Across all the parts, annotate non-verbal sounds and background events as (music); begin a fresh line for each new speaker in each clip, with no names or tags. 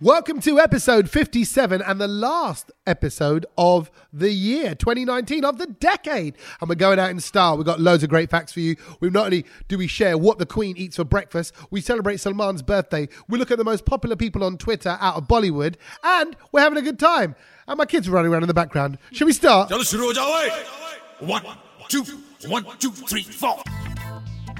Welcome to episode 57 and the last episode of the year 2019 of the decade. And we're going out in style. We've got loads of great facts for you. We not only do we share what the Queen eats for breakfast, we celebrate Salman's birthday. We look at the most popular people on Twitter out of Bollywood, and we're having a good time. And my kids are running around in the background. Should we start?
चलो शुरू हो जाओ ओए। One, two, one, two, three, four.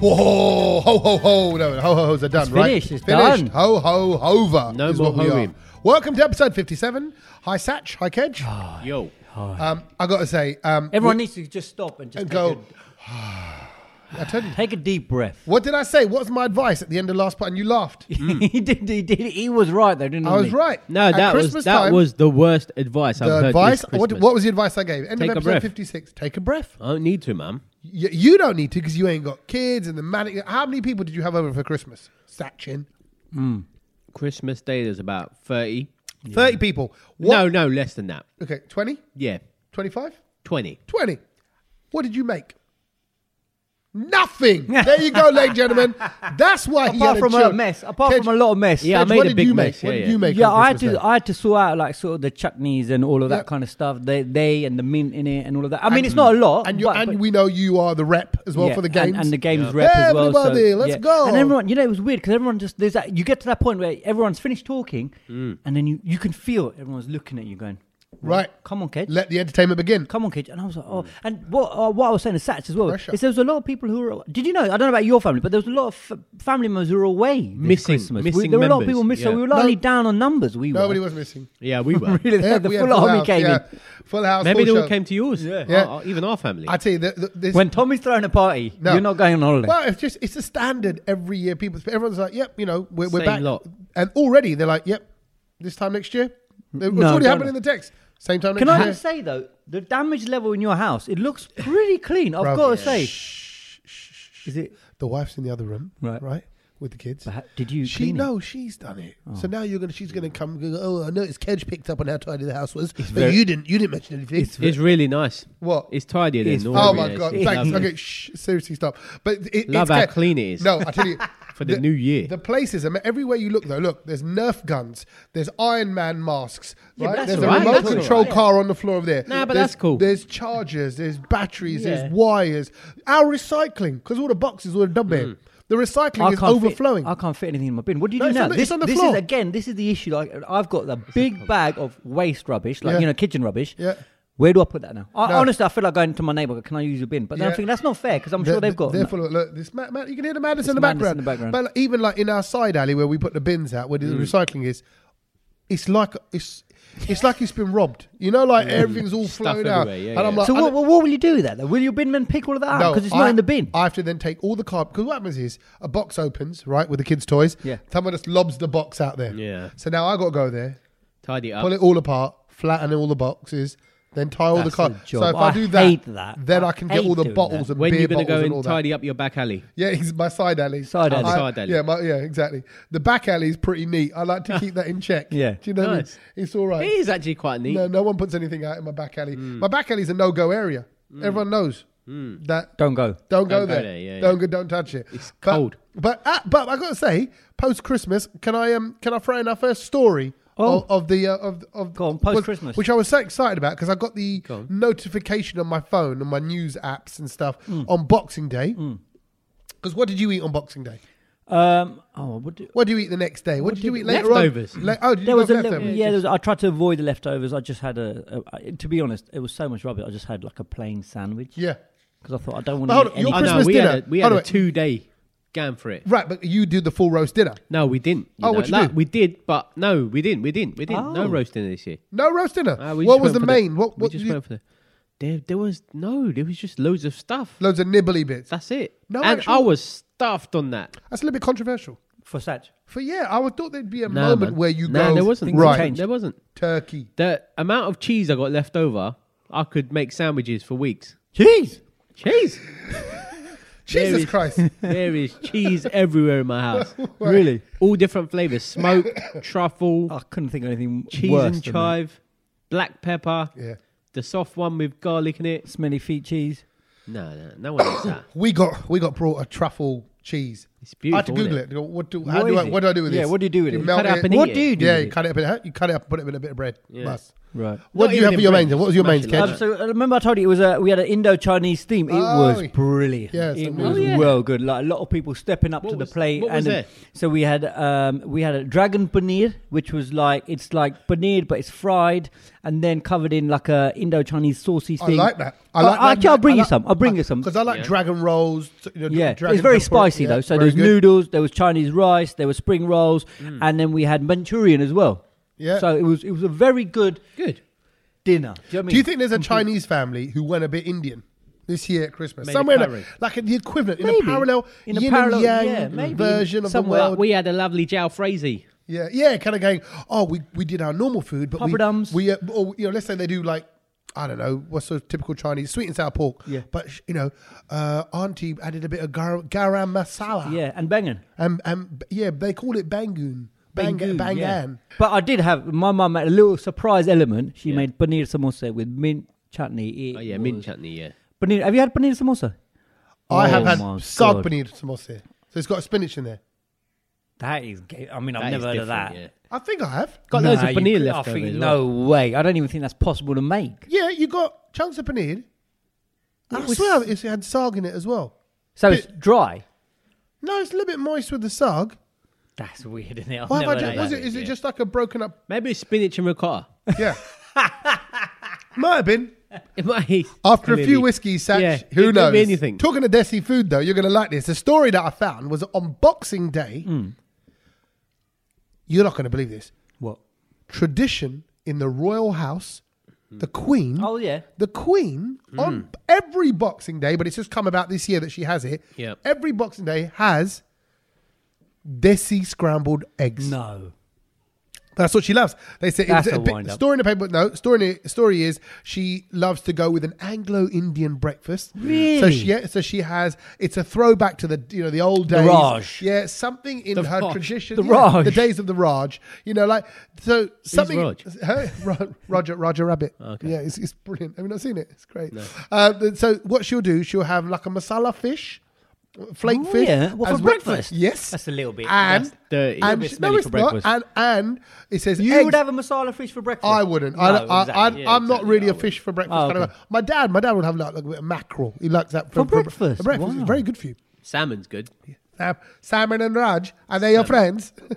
Whoa, ho, ho, ho. No, ho, ho, ho's are done, right?
finished, it's done.
Ho, ho, hover.
No
is
more
what we are.
hoeing.
Welcome to episode 57. Hi, Satch. Hi, Kedge.
Yo.
Um, I got to say, um,
Everyone needs to just stop and just
and
take,
go. "Hmm." I told you.
A, take a deep
(laughs)
breath.
What did I say? What was my advice at the end of last part? And you laughed.
he did. He did. He was right though, didn't
I was
he?
right.
No,
At
that
Christmas
was that
time,
was the worst advice I've
the
heard. this
advice. What,
Christmas.
what was the advice I gave? End
Take a
of episode
breath.
fifty six. Take a breath.
I don't need to, man.
Y- you don't need to because you ain't got kids and the manic. How many people did you have over for Christmas? Satchin.
Christmas Day there's about thirty.
Thirty people. What?
No, no, less than that.
Okay, 20?
Yeah,
25?
twenty.
20. What did you make?
(laughs)
Nothing. There you go, ladies and gentlemen. That's why he had
Apart from
chill.
a mess. Apart
Kedge-
from a lot of mess.
Yeah, I
Kedge,
made
what
a
did
big
you Make?
mess,
What
yeah,
did
yeah.
you make?
Yeah,
on
I had
Christmas
to.
Day?
I had to sort out like sort of the chutneys and all of that
Yeah.
kind of stuff. They, they, and the mint in it and all of that. I mean, it's not a lot.
And, you
but-
and
Oh, but-
we know you are the rep as well
yeah,
for the
and-
games.
and, the games rep as well. so,
Everybody, let's
yeah.
go.
And everyone, you know, it was weird because everyone just there's that. You get to that point where everyone's finished talking, and then you you can feel everyone's looking at you, going,
right.
"Come on, kid,
Let the entertainment begin.
come on, kid. And I was like, oh. And what, uh, what I was saying to Satch as well
Mm. Pressure.
is there was a lot of people who were. Did you know? I don't know about your family, but there was a lot of f- family members who were away this
Missing-
Christmas. We-
missing
there were a lot of
members,
people missing. So
yeah.
we were largely down on numbers. We
Nobody
were.
was missing.
Yeah,
(laughs)
we were.
really,
Yeah,
the
we had
full army
house,
came
yeah.
in.
Full house.
Maybe
full
they all
show.
came to yours. Yeah,
Yeah.
Our- even our family.
I tell you, the, the, this,
When Tommy's throwing a party,
No.
you're not going on holiday.
well, it's just it's a standard every year. People, everyone's like, "Yep, you know, we're, we're
Same
back."
lot.
And already they're like, "Yep, this time next year." It's
No,
already
don't
happened in
know.
the text. Same time
Can
next
I
year.
just say though, the damage level in your house it looks pretty clean. I've
Bruv,
got to say, is it?
the wife's in the other room, right?
Right.
with the kids.
But ha- did you
She
clean it? Oh.
knows she's done it. So now you're gonna. She's gonna come. and Go, oh, I noticed Kedge picked up on how tidy the house was, but
very-
you didn't. You didn't mention anything.
it's really nice.
What?
It's tidier than
It's
normal.
Oh
Yeah,
my
It's-
god!
it's
Thanks.
lovely.
Okay, shh, seriously, stop. But it,
Love
it's
how
ca-
clean it is.
No, I
(laughs)
tell you,
For the new year.
the places. I mean, everywhere you look, though, look, there's Nerf guns, there's Iron Man masks,
Yeah, but
right?
that's
There's
all right,
a remote
that's all
control
right.
car on the floor over there.
Nah, but
There's-
that's cool.
There's chargers, there's batteries,
Yeah.
there's wires. Our recycling, because all the boxes were dubbed in. The recycling is overflowing.
Fit, Mm. I can't fit anything in my bin. What do you
No,
do
it's
now?
on the-
this,
it's on the
this
floor.
is again. This is the issue. Like I've got the big bag of waste rubbish, like
Yeah.
you know, kitchen rubbish.
Yeah.
Where do I put that now? I,
No.
Honestly, I feel like going to my neighbour. Can I use your bin? But then
Yeah.
I'm thinking that's not fair because I'm
They're-
sure they've got.
they're full of- look, this ma- ma- you can hear the madness,
It's
in the,
madness
background.
in the background. Mm.
But like, even like in our side alley where we put the bins out, where the recycling is, it's like it's it's like it's been robbed. You know,
Mm.
like everything's all
Stuff
flowed out.
everywhere, yeah,
and I'm
yeah.
like,
so
I
what,
don't-
what will you do with that? Though? Will your bin man pick all of that
no,
out because Ah, it's not
I-
in the bin?
I have to then take all the cardboard. Because what happens is a box opens right with the kids' toys.
Yeah.
someone just lobs the box out there.
Yeah. Uh,
So now I got to go there,
Tidy it up.
pull it all apart, flatten all the boxes. Then tie all the
That's
cards.
a
So
job.
if I,
I
do that,
hate that.
then I,
I
can get all
hate
the
doing
bottles
that.
and
when
beer
you gonna
bottles
go
and all
and
that.
tidy up your back alley?
(laughs) Yeah, he's my side alley.
Side alley.
I-
Side alley.
Yeah, my, yeah, exactly. The back alley is pretty neat. I like
(laughs)
to keep that in check.
Yeah.
do you know? What I mean?
Nice.
It's all right.
It is actually quite neat.
No, no one puts anything out in my back alley.
Hmm.
My back alley's a no-go area. Everyone knows that.
Don't go.
Don't go
Don't go
there.
there, yeah,
don't go. Don't touch it.
It's
But-
cold.
But uh, but I gotta say, post Christmas, can I um can I throw in our first story
Oh.
of, of the uh, of of
Go on,
was-
post-Christmas.
which I was so excited about because I got the notification on my phone and my news apps and stuff
Hmm.
on Boxing Day. Because what did you eat on Boxing Day?
Um, oh, what do,
What do you eat the next day? What, did you
did-
eat later
Leftovers.
on? Le- oh, did
there
you
was
have
a little,
leftovers?
yeah. There was, I tried to avoid the leftovers. I just had a, a. To be honest, it was so much rubbish. I just had like a plain sandwich.
Yeah.
because I thought I don't
But hold
want
on,
to.
your
Oh,
Christmas
no, we
dinner.
had a, we
By
had
the
a
way-
two-day gam for it.
Right, but you do the full roast dinner.
No, we didn't.
Oh,
know.
what you
No,
do?
We did, but no, we didn't. We didn't. We didn't.
Oh.
No roast dinner this year.
No roast dinner.
Uh, we
what
just
was the
went for
main? what what
we just
you-
went for the, there, there was no. There was just loads of stuff.
loads of nibbly bits.
That's it.
No
and
actual-
I was stuffed on that.
That's a little bit controversial.
For such,
For yeah, I would thought there'd be a
No,
moment
man.
where you
no,
go
there wasn't.
Things have
right
changed.
There wasn't.
turkey.
The amount of cheese I got left over, I could make sandwiches for weeks.
jeez,
Cheese.
Jesus
is- (laughs)
Christ.
there is cheese everywhere in
(laughs)
my house.
really?
All different flavors: smoke,
Oh,
truffle,
I couldn't think of anything
cheese
worse
and
than that.
chive, black pepper.
Yeah.
The soft one with garlic in it.
Smelly feet cheese.
No, no, no one eats that.
We got we got brought a truffle cheese
(coughs) It's
I
beautiful.
had to Google it. What do, how do I,
is it?
what do I do with
Yeah,
this?
what do you do with it? You
melt
cut it up and eat
What
it.
do you do?
Yeah,
with
you
it?
cut it up. in- You cut it up and put it in a bit of bread.
Yeah.
Bus.
Right.
What
Not
do you
even
have
in
for your
bread,
main? What was your main
smash it
kid?
like
Um, so uh, remember I told you it was a we had an Indo-Chinese theme. It
Oh.
was brilliant.
Yes, I
it
remember.
was
Oh, yeah.
well good. Like a lot of people stepping up
What
to
was-
the plate.
what was
and
there?
so we had um, we had a dragon paneer, which was like it's like paneer but it's fried and then covered in like a Indo-Chinese saucy
I
thing.
like that. I
But
like
I-
that.
I'll bring you some. I'll bring you some.
because I like
Yeah.
dragon rolls. You know,
Yeah,
dragon
it's very
pepper-
spicy
yeah,
though. So
very good.
there's
Mm.
noodles, there was Chinese rice, there was spring rolls, and then we had Manchurian as well.
Yeah.
So it was it was a very good
Good.
dinner. Do you, know what I mean?
Do you think
(laughs)
there's a Chinese family who went a bit Indian this year at Christmas?
Made a
Somewhere in a-
curry.
like in the equivalent, in
Maybe.
a parallel
In a
yin
parallel-
and yang
yeah, maybe.
version of
Somewhere
the world.
we had a lovely Jow Frazee.
yeah, yeah, kind of going. Oh, we, we did our normal food, but
Papadums.
we we uh, or, you know let's say they do like. I don't know what's sort of typical Chinese sweet and sour pork.
Yeah.
but sh- you know, uh, Auntie added a bit of gar- garam masala.
Yeah, and banging.
um, um, yeah, they call it bangoon, bang,
Bangoon,
bangan.
yeah. But I did have my mum had a little surprise element. She
Yeah.
made paneer samosa with mint chutney. It
Oh yeah,
was-
mint chutney. Yeah.
Paneer. Have you had paneer samosa?
I have
Oh
had
my
sag
God.
paneer samosa, so it's got spinach in there.
That is. ga- I mean, I've
That
never
is
heard of that.
different,
I think I have.
Got
Nah,
loads of
you
paneer
could- I
left over
think
as well.
No way. I don't even think that's possible to make.
Yeah, you got chunks of paneer. I
It was-
swear it's, it had sarg in it as well.
So
Bit-
it's dry.
No, it's a little bit moist with the sarg.
That's weird, isn't it? I've
Why have
never
I just,
had
was
that.
it, is it
yeah.
just like a broken
(laughs)
up?
Maybe it's spinach and ricotta. (laughs)
Yeah. Might have been.
It might.
After a
Clearly.
few whiskeys, Satch,
Yeah,
who
it
knows?
could be anything.
Talking of Desi food, though, you're going to like this. The story that I found was on Boxing Day.
Hmm.
You're not going to believe this.
What?
Tradition in the royal house, the Queen.
Oh yeah.
The Queen on every Boxing Day, but it's just come about this year that she has it.
Yep.
Every Boxing Day has desi scrambled eggs.
No.
That's what she loves. They say
That's
it was
a
a bit-
wind-up.
story in the paper. No, story in the, story is she loves to go with an Anglo-Indian breakfast. So
Really?
she yeah, so she has it's a throwback to the you know the old days.
Raj.
Yeah, something in
The
her
Raj.
tradition.
The
yeah,
Raj.
The days of the Raj. You know, like so something
Raj?
(laughs) Huh? Ro- Roger Roger Rabbit.
Okay.
Yeah, it's, it's brilliant. Have you not seen it? It's great. Uh, so what she'll do, she'll have like a masala fish. Flake
Oh,
fish,
yeah. What,
as
for
well-
breakfast?
Yes,
That's a little bit-
And
that's dirty.
and
A bit
she-
smelly
no, it's
for
not.
breakfast.
And and it says
You
eggs
would have a masala fish for breakfast.
I wouldn't. I,
No,
I, I,
exactly.
I'm not
exactly,
really
I
a fish for breakfast
Oh,
kind of
okay.
guy. My dad, my dad would have like, like a bit of mackerel. He likes that
For breakfast?
For breakfast,
Wow.
it's very good for you.
Salmon's good.
Sam, Salmon and Raj, are they your friends? (laughs)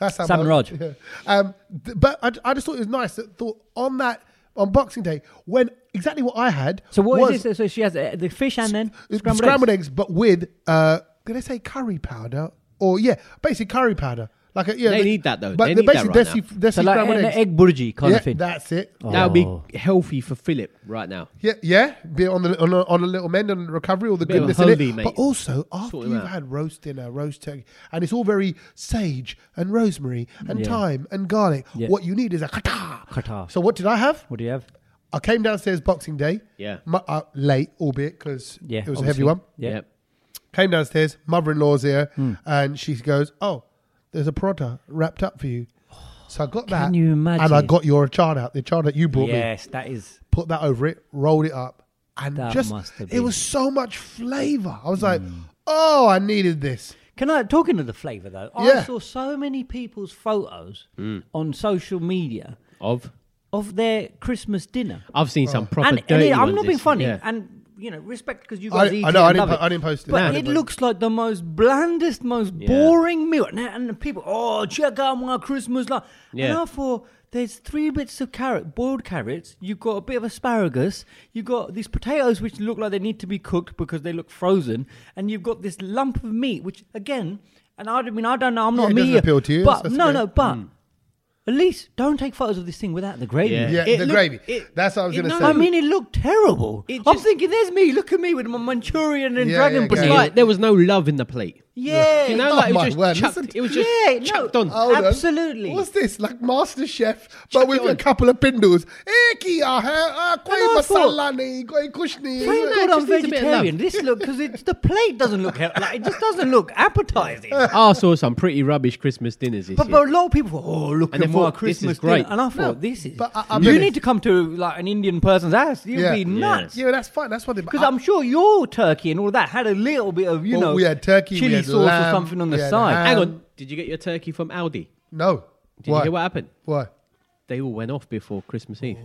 That's how
Sam
my-
and Raj.
(laughs) Yeah. Um, th- but I, I just thought it was nice that thought on that on Boxing Day when exactly what I had.
So what is
was
this? So she has uh, the fish and then
it's
scrambled,
scrambled
eggs.
eggs, but with uh, did I say curry powder or yeah, basically curry powder. Like a, yeah,
They need that, though.
But
They
they're
need that
basically
right
desi, desi
So like
scrambled
an
eggs.
egg burji kind
yeah,
of thing.
that's it.
That
Oh.
would be healthy for Philip right now.
Yeah, yeah, be on the on a, on a little mend on recovery, all the
Bit of a
goodness in it.
holy, mate.
But also after
Sort him
you've
out.
had roast dinner, roast turkey, and it's all very sage and rosemary and
Yeah.
thyme and garlic.
Yeah.
What you need is a kata.
Kata.
So what did I have?
What do you have?
I came downstairs Boxing Day.
Yeah.
mu- uh, late, albeit because
Yeah,
it was a
obviously.
heavy one.
Yeah.
Yep.
Came downstairs, mother-in-law's here,
Hmm.
and she goes, "Oh, there's a prota wrapped up for you." So I got that.
Can you
And I
imagine?
got your chard out, the chard that you brought me
Yes, that is.
put that over it, rolled it up, and
That
just
must have
it
been-
was so much flavor. I was like, oh, I needed this.
Can I talking of the flavour though?
Yeah. Hmm.
I saw so many people's photos on social media
Of.
of their Christmas dinner,
I've seen
Oh.
some proper
and, and
dirty
it- I'm
ones
not being
this-
funny.
yeah.
And you know, respect because you
I-
guys eat
I
it
know, I
and
didn't
love
po- I didn't post it.
But
No.
it looks like the most blandest, most boring meal. And, and people, oh, check out my Christmas lunch. And
Yeah.
I thought, there's three bits of carrot, boiled carrots. You've got a bit of asparagus. You've got these potatoes, which look like they need to be cooked because they look frozen. And you've got this lump of meat, which again, and I mean, I don't know, I'm
Yeah,
not
it
me.
doesn't appeal to you,
But
that's
no,
okay.
no,
Hmm.
but. At least don't take photos of this thing without the gravy.
Yeah.
Yeah,
It
the
looked-
gravy.
it-
That's what I was
it
going to
no-
say.
I mean, it looked terrible.
It
I'm
just-
thinking, there's me. Look at me with my Manchurian and
Yeah, yeah,
dragon
yeah.
It's
paneer.
like there was no love in the plate.
Yeah.
You know,
Oh
like it
my
was just
word,
chucked.
listen-
It was just
Yeah, no.
chucked on.
Oh.
Hold on.
Absolutely.
What's this? Like Master Chef, but with
it
a
on.
couple of pindles. Eki, ah, ah, ah, koi
And I thought-
masalani, koi kushni.
Thank
Yeah,
God
it
I'm
just needs a bit of
vegetarian.
love.
This look because it's the plate doesn't look hea- like it just doesn't look
(laughs)
appetizing. but,
I saw some pretty rubbish Christmas dinners this
but
year.
a lot of people, thought, oh look
And
at
they
my
thought, this
Christmas
is great.
dinner," and I thought this is.
but I- I
you
bet
need
it's-
to come to like an Indian person's house. You'd
Yeah.
be nuts
Yeah, that's fine. That's what they.
because I'm sure your turkey and all that had a little bit of you
Well,
know.
we had turkey, we
chili
had
sauce
lamb,
or something on the
we had
side.
ham.
Hang on. Did you get your turkey from Aldi?
No.
Did
Why?
you hear what happened?
Why?
They all went off before Christmas Eve.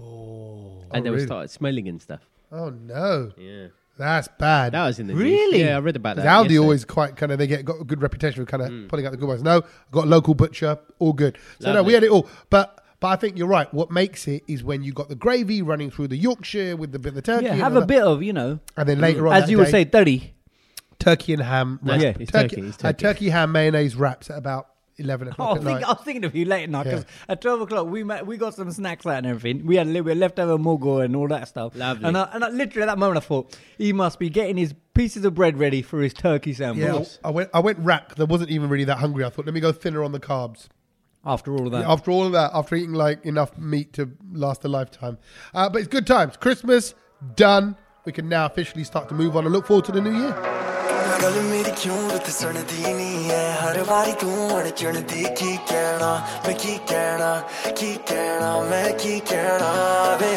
and they
Oh,
all
really?
started smelling and stuff.
Oh no.
Yeah.
That's bad.
That was in the news.
Really?
Yeah, I read about that.
Because Aldi
yesterday.
always quite kind of they get got a good reputation for kind of
Mm.
pulling out the good ones. No, got local butcher, all good. So no,
Lovely.
we had it all. But but I think you're right. What makes it is when you got the gravy running through the Yorkshire with the bit of the turkey,
yeah,
and
have
all
a
that.
bit of you know,
and then later on
as
that
you would
day,
say, dirty.
turkey and ham.
No,
wrap.
yeah,
it's turkey, it's
I had
turkey.
turkey ham mayonnaise wraps at about eleven o'clock
Oh, I,
at night.
think, I was thinking of you late night because at twelve o'clock we ma- we got some snacks out and everything. We had a little bit of leftover mugo and all that stuff.
Lovely.
And I, and I literally at that moment I thought he must be getting his pieces of bread ready for his turkey sandwich.
yeah, I went. I went rack. I wasn't even really that hungry. I thought, let me go thinner on the carbs.
After all of that,
After all of that, after eating like enough meat to last a lifetime. Uh, but it's good times. Christmas done. We can now officially start to move on and look forward to the new year.
ਗੱਲ ਮੇਰੀ ਕਿਉਂ ਰੁੱਤ ਸੁਣਦੀ ਨਹੀਂ ਐ ਹਰ ਵਾਰੀ ਤੂੰ ਅੜ ਚੜਦੀ ਕੀ ਕਹਿਣਾ ਮੈਂ ਕੀ ਕਹਿਣਾ ਕੀ ਕਹਿਣਾ ਮੈਂ ਕੀ ਕਹਿਣਾ ਵੇ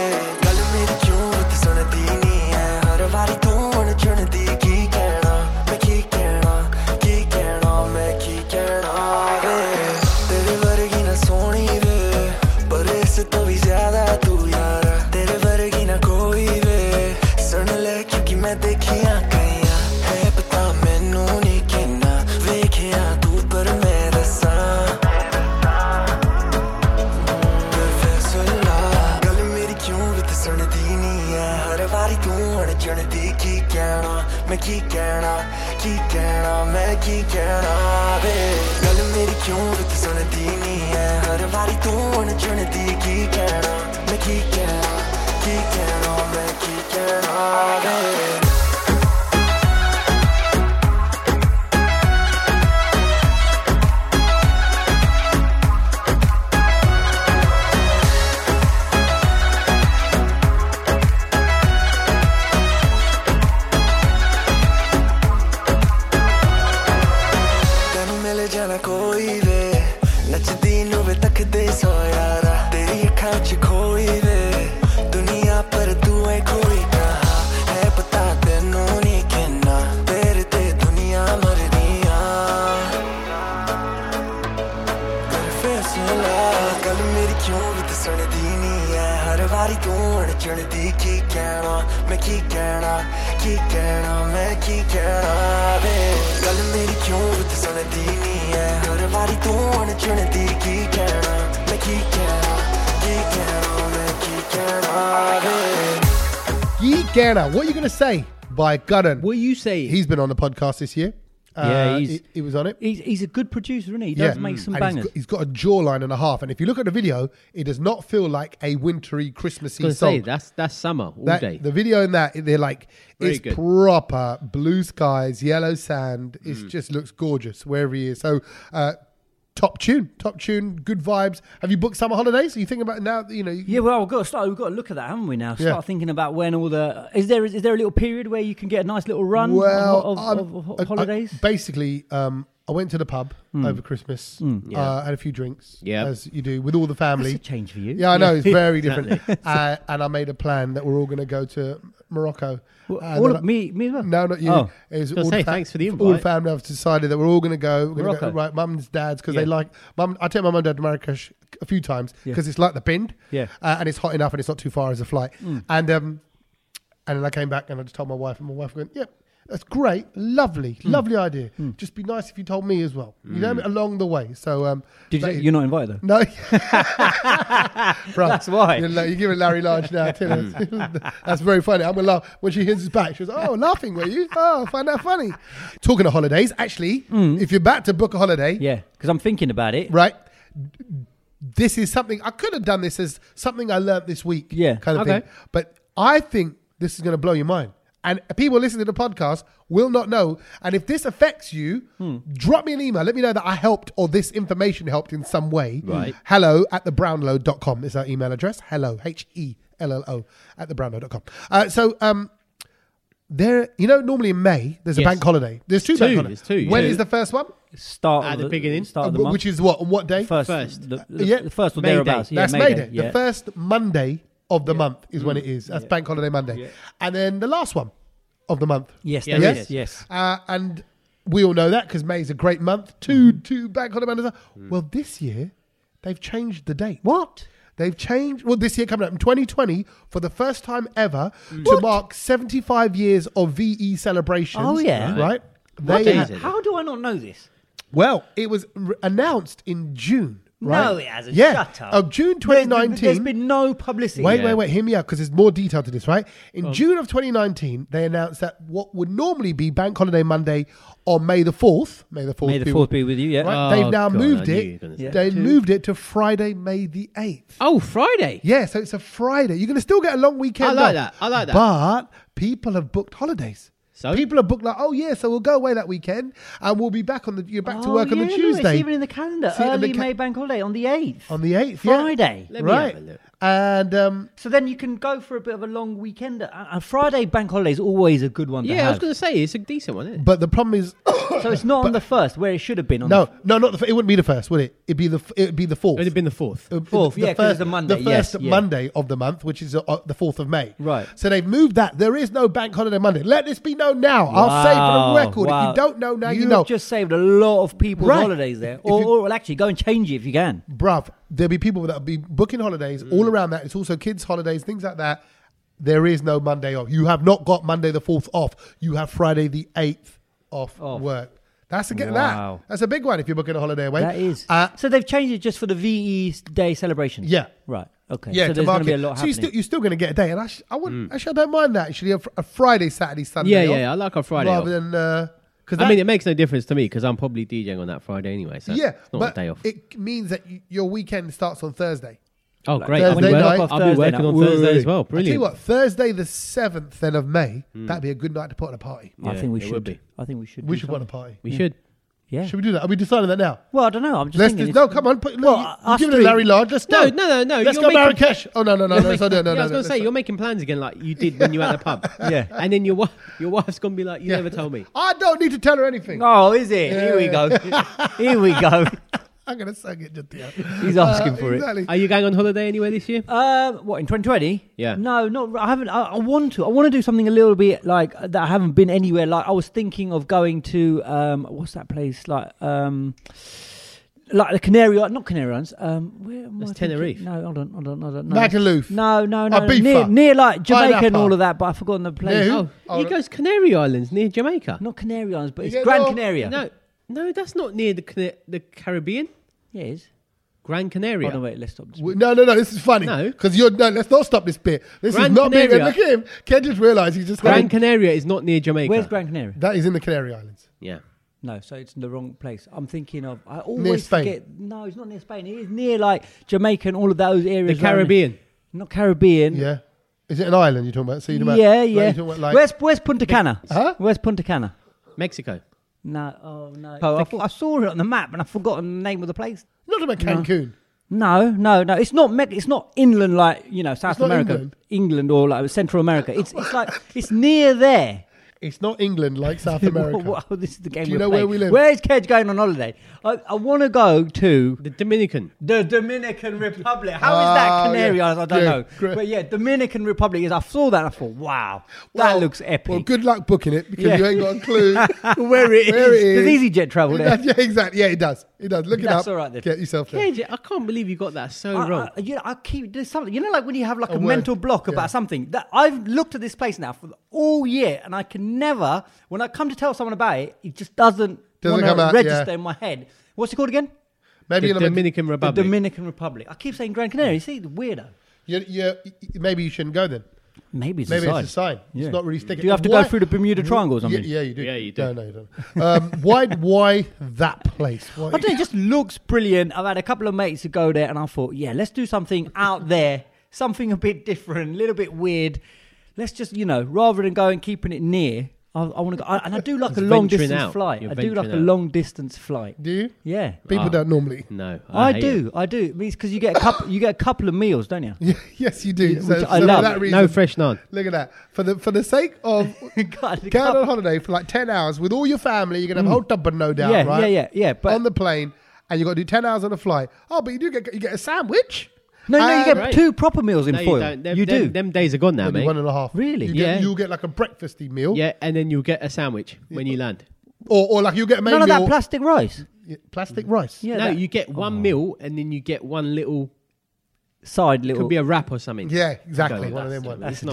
ਗੱਲ ਮੇਰੀ ਕਿਉਂ ਰੁੱਤ ਸੁਣਦੀ ਨਹੀਂ ਐ ਹਰ ਵਾਰੀ ਤੂੰ ਅੜ ਚੜਦੀ ਕੀ ਕਹਿਣਾ ਮੈਂ ਕੀ ਕਹਿਣਾ ਕੀ ਕਹਿਣਾ ਮੈਂ ਕੀ ਕਹਿਣਾ ਵੇ ਤੇਰੇ ਵਰਗੀ ਨਾ ਸੋਹਣੀ ਵੇ ਪਰ ਇਸ ਤੋਂ ਵੀ ਜ਼ਿਆਦਾ ਤੂੰ ਯਾਰ ਤੇਰੇ ਵਰਗੀ ਨਾ ਕੋਈ ਵੇ ਸੁਣ ਲੈ ਕਿਉਂਕਿ ਮੈਂ ਦੇਖੀਆਂ ਕਈਆਂ ਹੈ ਪਤਾ ਮੈਨੂੰ ਨਹੀਂ ਕਿੰਨਾ ਵੇਖਿਆ ਤੂੰ ਪਰ ਮੈਂ ਦੱਸਾਂ ਫੈਸਲਾ ਗੱਲ ਮੇਰੀ ਕਿਉਂ ਵੀ ਤੇ ਸੁਣਦੀ ਨਹੀਂ ਐ ਹਰ ਵਾਰੀ ਤੂੰ ਅੜ ਚੜਦੀ ਕੀ ਕਹਿਣਾ ਮੈਂ ਕੀ ਕਹਿਣਾ ਕੀ ਕਹਿਣਾ ਮੈਂ ਕੀ ਕਹਿਣਾ ਵੇ ਗੱਲ ਮੇਰੀ ਕਿਉਂ ਵੀ ਤੇ ਸੁਣਦੀ ਨਹੀਂ ਐ ਹਰ ਵਾਰੀ ਤੂੰ ਅੜ ਚੜਦੀ ਕੀ ਕਹਿਣਾ ਮੈਂ ਕੀ ਕਹਿਣਾ ਕੀ ਕਹਿਣਾ ਮੈਂ ਕੀ ਕਹਿਣਾ ਵੇ ਤੈਨੂੰ ਮਿਲ ਜਾਣਾ ਕੋਈ ਵੇ ਨੱਚਦੀ ਨੂੰ ਵੇ ਤੱਕਦੇ ਸੋ ਯਾਰਾ ਤੇਰੀ ਅੱਖਾਂ 'ਚ ਖੋਈ ਵੇ ਦੁਨੀਆ ਪਰ ਤੂੰ ਐ ਕੋਈ ਕਹਾ ਹੈ ਪਤਾ ਤੈਨੂੰ ਨਹੀਂ ਕਿੰਨਾ ਤੇਰੇ ਤੇ ਦੁਨੀਆ ਮਰਦੀਆਂ ਕਰ ਫੈਸਲਾ ਗੱਲ ਮੇਰੀ ਕਿਉਂ ਵੀ ਤੇ ਸੁਣਦੀ ਨਹੀਂ ਐ ਹਰ ਵਾਰੀ ਤੂੰ ਅੜ ਚੜਦੀ ਕੀ ਕਹਿਣਾ ਮੈਂ ਕੀ ਕਹਿਣਾ ਕੀ ਕਹਿਣਾ ਮੈਂ ਕੀ ਕਹਿਣਾ ਵੇ ਗੱਲ ਮੇਰੀ ਕਿਉਂ ਵੀ ਤੇ ਸੁਣਦੀ ਨਹੀਂ ਐ ਹਰ ਵਾਰੀ ਤੂੰ ਅੜ ਚੜਦੀ ਕੀ ਕਹਿਣਾ ਮੈਂ ਕੀ ਕਹਿਣਾ ਕੀ ਕਹਿਣਾ ਮੈਂ ਕੀ ਕਹਿਣਾ ਵੇ
Yee Ganner, what are you going to say by Gunnan?
What you say?
He's been on the podcast this year. Uh,
Yeah, he's-
he, he was on it.
he's he's a good producer, isn't he? He does make some
Mm. And he's
bangers.
got- he's got a jawline and a half. And if you look at the video, it does not feel like a wintry, Christmassy
gonna
song.
say that's that's summer all
That-
day.
The video in that, they're like,
Very
it's
good.
proper blue skies, yellow sand. It
Mm.
just looks gorgeous wherever he is. So, uh, top tune, top tune, good vibes. Have you booked summer holidays? Are you thinking about now? that, You know, you-
Yeah, well, we've got to start. We've got to look at that, haven't we? Now start
Yeah.
thinking about when all the is there is there a little period where you can get a nice little run of- of,
I'm-
of, of
I- I-
holidays? Hmm.
basically, um, I went to the pub over Christmas. uh, had a few drinks,
Yeah.
as you do with all the family.
That's a change for you.
Yeah, I know it's
(laughs)
very different. uh, and I made a plan that we're all going to go to Morocco.
Well,
And
all
then
of
I-
me, me as well.
No, not you.
Oh.
It was
Gonna
all
say,
fa-
thanks for the
All the
invite.
family have decided that we're all going to go. We're going to go
Morocco.
right, mum's, dad's, because they
Yeah.
like mum. I take my mum and dad to Marrakesh a few times
Yeah.
because it's like the bend,
Yeah. Hmm.
uh, and it's hot enough and it's not too far as a flight. And um, and then I came back and I just told my wife, and my wife went, "Yep, that's great, lovely,
Hmm.
lovely idea. Just be nice if you told me as well. You know, what I mean? along the way. So um,
Did you,
that is-
you're not invited though.
(laughs)
(laughs)
no, Bro, that's
why. Hmm.
You're, like, you're giving Larry Large now. tell us. (laughs) that's very funny. I'm gonna laugh when she hears us back. She was, "Oh, laughing were you? Oh, I find that funny." Talking of holidays, actually,
Hmm.
if you're about to book a holiday,
Yeah, because I'm thinking about it.
right? This is something I could have done. This as something I learnt this week,
Yeah,
kind of
okay.
thing. But I think this is going to blow your mind. And people listening to the podcast will not know. And if this affects you, drop me an email. Let me know that I helped or this information helped in some way.
Right.
Hello at thebrownlow.com is our email address. Hello, H E L L O at thebrownlow.com. Uh, so, um, there, you know, normally in May, there's a
Yes.
bank holiday. There's two, bank
Two,
holidays.
it's two,
When
yeah.
is the first one?
Start
At
of
the beginning.
Start of the
Uh,
month.
Which is what? On what day?
first,
First.
The, the,
Yeah.
the first or
May Day.
thereabdays. Yeah,
That's
May
May
Day,
Day.
Yeah.
The first Monday of the month is when it is. That's Bank Holiday Monday. And then the last one of the month.
Yes,
Yeah,
there
yes.
is, yes.
Uh, and We all know that because May's a great month. Two,
Mm-hmm.
two bank holiday mondays. Well, this year they've changed the date.
What?
They've changed. Well, this year coming up in 2020, for the first time ever, to mark 75 years of VE celebrations.
Oh, yeah.
right.
What
They
the-
ha-
it?
how do I not know this?
well, it was r- announced in June. Right?
No, it hasn't.
Yeah,
Shut up.
of June
There's been-
2019.
There's been no publicity.
Wait,
Yeah.
wait, wait. Hear me out because there's more detail to this, right? In
Oh.
June of 2019, they announced that what would normally be Bank Holiday Monday on May the 4th, May the 4th,
May the
people-
fourth be with you. Yeah.
right?
Oh,
They've now
God,
moved
I knew you were
it.
gonna say
They
that.
moved it to Friday, May the 8th.
Oh, Friday.
Yeah, so it's a Friday. You're going to still get a long weekend.
I like
off.
that. I like that.
But people have booked holidays.
So?
people have booked like, oh yeah, so we'll go away that weekend and we'll be back on the you're back to work on
Oh, yeah,
the
look,
Tuesday.
it's even in the calendar.
See it on the
Early
ca-
May bank holiday on the eighth.
on the eighth, yeah.
Friday.
Let me
right?
have a look.
And um,
So then you can go for a bit of a long weekend. Uh, uh, Friday bank holiday is always a good one. To
Yeah,
have.
I was going to say it's a decent one, isn't it?
but the problem is, (coughs)
So it's not on the first where it should have been on.
No, no, not the. f- It wouldn't be the first, would it? It'd be the. f- It'd be the fourth.
It'd have been the fourth.
It would be
Fourth, yeah, 'cause
first-
it's a Monday,
The
yes,
first
yeah.
Monday of the month, which is uh, the fourth of May.
Right.
So they've moved that. There is no bank holiday Monday. Let this be known now. I'll say for
Wow,
the record.
wow.
If you don't know now, you,
You've
know,
just saved a lot of people's
Right.
holidays there.
If
Or,
you-
or well, actually, go and change it if you can.
bruv. There'll be people that'll be booking holidays
Mm.
all around that. It's also kids' holidays, things like that. There is no Monday off. You have not got Monday the fourth off. You have Friday the eighth off
Off.
work. That's a get
Wow.
that. That's a big one if you're booking a holiday away.
That is.
Uh,
so they've changed it just for the VE Day celebration.
Yeah.
Right. Okay.
Yeah,
so
to
there's going to
market.
be a lot
so you
happening.
still, you're still going to get a day, and I, sh- I wouldn't. Actually, I don't mind that. Actually, a, fr- a Friday, Saturday, Sunday.
Mm. yeah,
off,
yeah, I like our Friday. off.
Rather than uh, because
I mean, it makes no difference to me because I'm probably DJing on that Friday anyway. So
yeah,
it's not
but
a day off.
it means that y- your weekend starts on Thursday.
oh, great!
Thursday
I'll be, work-
night.
I'll be
Thursday
working
night.
on
Wait,
Thursday
wait,
as well.
I tell you
Brilliant. Hmm.
what, Thursday the seventh then of May, that'd be a good night to put on a party.
I
Yeah,
think we
it
should.
would be.
I think we should.
We
do
should put on a
something.
party.
We should.
Yeah.
Should we do that? Are we deciding that now?
Well, I don't know. I'm just
Let's
thinking.
just,
it's-
no, come on, put,
Well,
look, you-
us
give it to
three-
Larry Large. Let's
No,
go.
no, no, no,
Let's
you're
go
making-
Marrakesh. Oh no, no, no, no, no, no, no,
yeah,
no,
I was
no,
gonna say
no.
you're making plans again, like you did when you were at the pub.
(laughs) Yeah.
and then your wife, your wife's gonna be like, "You never told me."
I don't need to tell her anything.
Oh, is it? Here we go.
(laughs)
Here we go.
I'm gonna sing it just now.
He's asking for it.
exactly.
Are you going on holiday anywhere this year?
Um, what in 2020?
Yeah.
No, not. re- I haven't. I, I want to. I want to do something a little bit like that. I haven't been anywhere. Like I was thinking of going to um, what's that place like um, like the Canary Islands, not Canary Islands. Um, where am
That's
I thinking?
Tenerife.
No, hold on, hold on, hold on. No.
Magaluf.
No, no, no. no.
Ibiza.
Near, near like Jamaica and
Pineapple.
all of that, but I've forgotten the place.
Near who?
Oh,
Oh,
you
no.
goes Canary Islands near Jamaica.
Not Canary Islands, but
You
it's
get
Gran
no-
Canaria.
No, no, that's not near the Cana- the Caribbean.
Yeah, it is.
Gran Canaria.
Oh no, wait. Let's stop. this.
We- No, no, no. This is funny.
No.
because you're no. Let's not stop this bit. This
Gran
is not being.
Canaria.
Look at him. Ken just realised he's just.
Gran Canaria is not near Jamaica.
Where's Gran Canaria?
that is in the Canary Islands.
Yeah.
No, so it's in the wrong place. I'm thinking of. I always
Spain.
forget. No, it's not near Spain. It is near like Jamaica and all of those
The
areas. around-
Caribbean.
Not Caribbean.
Yeah, is it an island you're talking about? So you're talking
yeah,
about,
yeah.
You're talking about like,
where's Where's Punta Cana?
Huh?
Where's Punta Cana?
Mexico.
No, oh no. Oh, I, thought, I saw it on the map and I've forgotten the name of the place.
you're not talking about Cancun.
No, no, no. It's not. Me- it's not inland like you know South
not
America,
England.
or like Central America. It's it's like it's near there.
It's not England like South
(laughs)
America.
What- what- oh, this is the game.
Do you
we're
know where
playing.
we live?
Where is Kedge going on holiday? I, I want to go to
The Dominican.
The Dominican Republic. How is that
Oh,
Canary
yeah.
Islands? I don't
Yeah,
know.
great.
But yeah, Dominican Republic is. I saw that and I thought, wow,
Well,
that looks epic.
Well, good luck booking it because
Yeah.
you ain't got a clue
(laughs) Where it
where
is.
it
There's
is.
EasyJet travel there.
Yeah, exactly. Yeah, it does. It does. Look it
That's
up.
all right then.
Get yourself there.
Yeah, I can't believe you got that so
I,
wrong.
I, you know, I keep there's something. You know, like when you have like a,
word.
mental block about
Yeah.
something. That I've looked at this place now for all year, and I can never. When I come to tell someone about it, it just doesn't,
Doesn't
wanna
come out, yeah.
register in my head. What's it called again?
Maybe
the
you're not meant to-
Dominican Republic.
The Dominican Republic. I keep saying Gran Canaria. You see, the weirdo.
you're- you're- maybe you shouldn't go then.
Maybe it's
Maybe
a sign.
it's a sign.
Yeah.
It's not really sticking.
Do you have to
Why-
go through the Bermuda Triangle or
Yeah,
something?
yeah, you do.
Yeah, you do.
No, no, you don't. Um, why? Why that place? Why-
(laughs) I don't know, it just looks brilliant. I've had a couple of mates who go there and I thought, yeah, let's do something out (laughs) there, something a bit different, a little bit weird. Let's just, you know, rather than going keeping it near, I, I want to go. I, and I do like
It's
a long
venturing
distance
out.
flight.
You're
I do like
venturing
a
out.
long distance flight.
Do you?
Yeah.
People
Ah.
don't normally. (laughs)
No,
I,
hate
do, I do. It means because you get a couple, you get a couple of meals, don't you?
Yeah, yes, you do. So,
Which I
so
love.
For that
No
it.
reason,
No fresh naan.
Look at that. For the for the sake of
(laughs) God, I
going on
can't-
holiday for like ten hours with all your family, you're gonna have a whole tub of no doubt,
Yeah,
right?
yeah, yeah, yeah, but-
on the plane, and you got to do ten hours on a flight. Oh, but you do get you get a sandwich.
No, no, you
and-
get
Right.
two proper meals in
No,
foil.
you don't. Them,
do.
them- Them days are gone now,
Maybe
mate.
one and a half.
Really?
You
Yeah.
Get, you'll get like a breakfasty meal.
Yeah, and then you'll get a sandwich when you land.
or, or like you get a main
None of
meal,
that plastic rice.
Yeah, plastic rice.
Yeah,
no,
that
you get one meal and then you get one little.
side little.
Could be a wrap or something.
Yeah, exactly.
Okay,
One of them ones.
that's
it's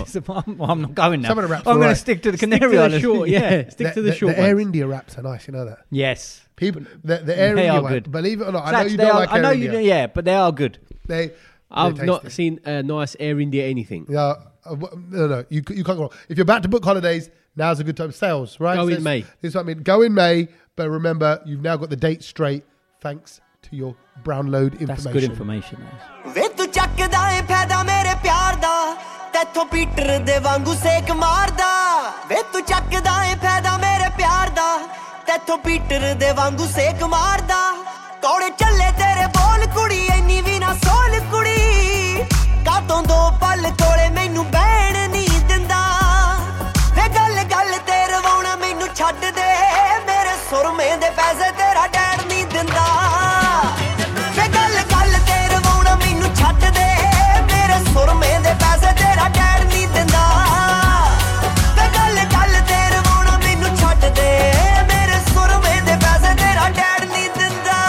(laughs) not.
not.
I'm, I'm not going now.
Some of the wraps
I'm
were
going
right.
to stick to the
Stick to
Canary
the
Islands. (laughs)
short, yeah. (laughs) Stick
The-
to the,
the,
short
the Air
ones.
India wraps are nice. You know that.
Yes.
People, the, the Air
They
India
are
one.
good.
Believe it or not, I know
Sacks,
you
they
don't
are-
like Air
I know
India.
you do, yeah, but they are good.
They, they're
I've not
tasty.
seen a nice Air India anything.
Yeah, uh, wh- no, no, you, c- you can't go wrong. If you're about to book holidays, now's a good time. Sales, right?
Go in
This-
May.
This is what I mean. Go in May, but remember, you've now got the date straight thanks to your Brownload information.
That's good information. that
ਵੇ ਤੂੰ ਚੱਕਦਾ ਏ ਫਾਇਦਾ ਮੇਰੇ ਪਿਆਰ ਦਾ ਤੈਥੋਂ Peter ਦੇ ਵਾਂਗੂ ਸੇਕ ਮਾਰਦਾ ਵੇ ਤੂੰ ਚੱਕਦਾ ਏ ਫਾਇਦਾ ਮੇਰੇ ਪਿਆਰ ਦਾ ਤੈਥੋਂ ਪੀਟਰ ਦੇ ਵਾਂਗੂ ਸੇਕ ਮਾਰਦਾ ਕੌੜੇ ਚੱਲੇ ਤੇਰੇ ਬੋਲ ਕੁੜੀ ਐਨੀ ਵੀ ਨਾ ਸੋਲ ਕੁੜੀ ਕਾਤੋਂ ਦੋ ਪਲ ਕੋਲੇ ਮੈਨੂੰ ਬਹਿਣ ਨਹੀਂ ਦਿੰਦਾ ਵੇ ਗੱਲ ਗੱਲ ਤੇ ਰਵਾਉਣਾ ਮੈਨੂੰ ਛੱਡ ਦੇ ਮੇਰੇ ਸੁਰਮੇ ਦੇ ਪੈਸੇ ਤੇਰਾ ਡੈਡ ਨਹੀਂ ਦਿੰਦਾ ਵੇ ਗੱਲ ਗੱਲ ਤੇ ਰਵਾਉਣਾ ਮੈਨੂੰ ਛੱਡ ਦੇ ਮੇਰੇ ਸੁਰਮੇ ਦੇ ਪੈਸੇ ਤੇਰਾ ਡੈਡ ਨਹੀਂ ਦਿੰਦਾ ਵੇ ਗੱਲ ਗੱਲ ਤੇ ਰਵਾਉਣਾ ਮੈਨੂੰ ਛੱਡ ਦੇ ਮੇਰੇ ਸੁਰਮੇ ਦੇ ਪੈਸੇ ਤੇਰਾ ਡੈਡ ਨਹੀਂ ਦਿੰਦਾ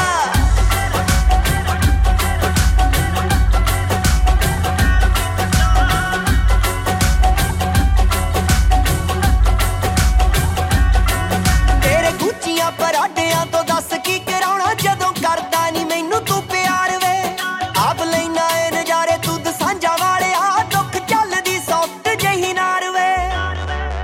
ਤੇਰੇ ਗੁੱਚੀਆਂ ਪਰਾਡਿਆਂ ਤੋਂ ਦੱਸ ਕੀ ਕਰਾਉਣਾ ਜਦੋਂ ਕਰਦਾ ਨਹੀਂ ਮੈਨੂੰ ਤੂੰ ਪਿਆਰ ਵੇ ਆਪ ਲੈਣਾ ਏ ਨਜ਼ਾਰੇ ਤੂੰ ਦਸਾਂਝਾ ਵਾਲਿਆ ਦੁੱਖ ਚੱਲਦੀ ਸੌਫਟ ਜਹੀ ਨਾਰ ਵੇ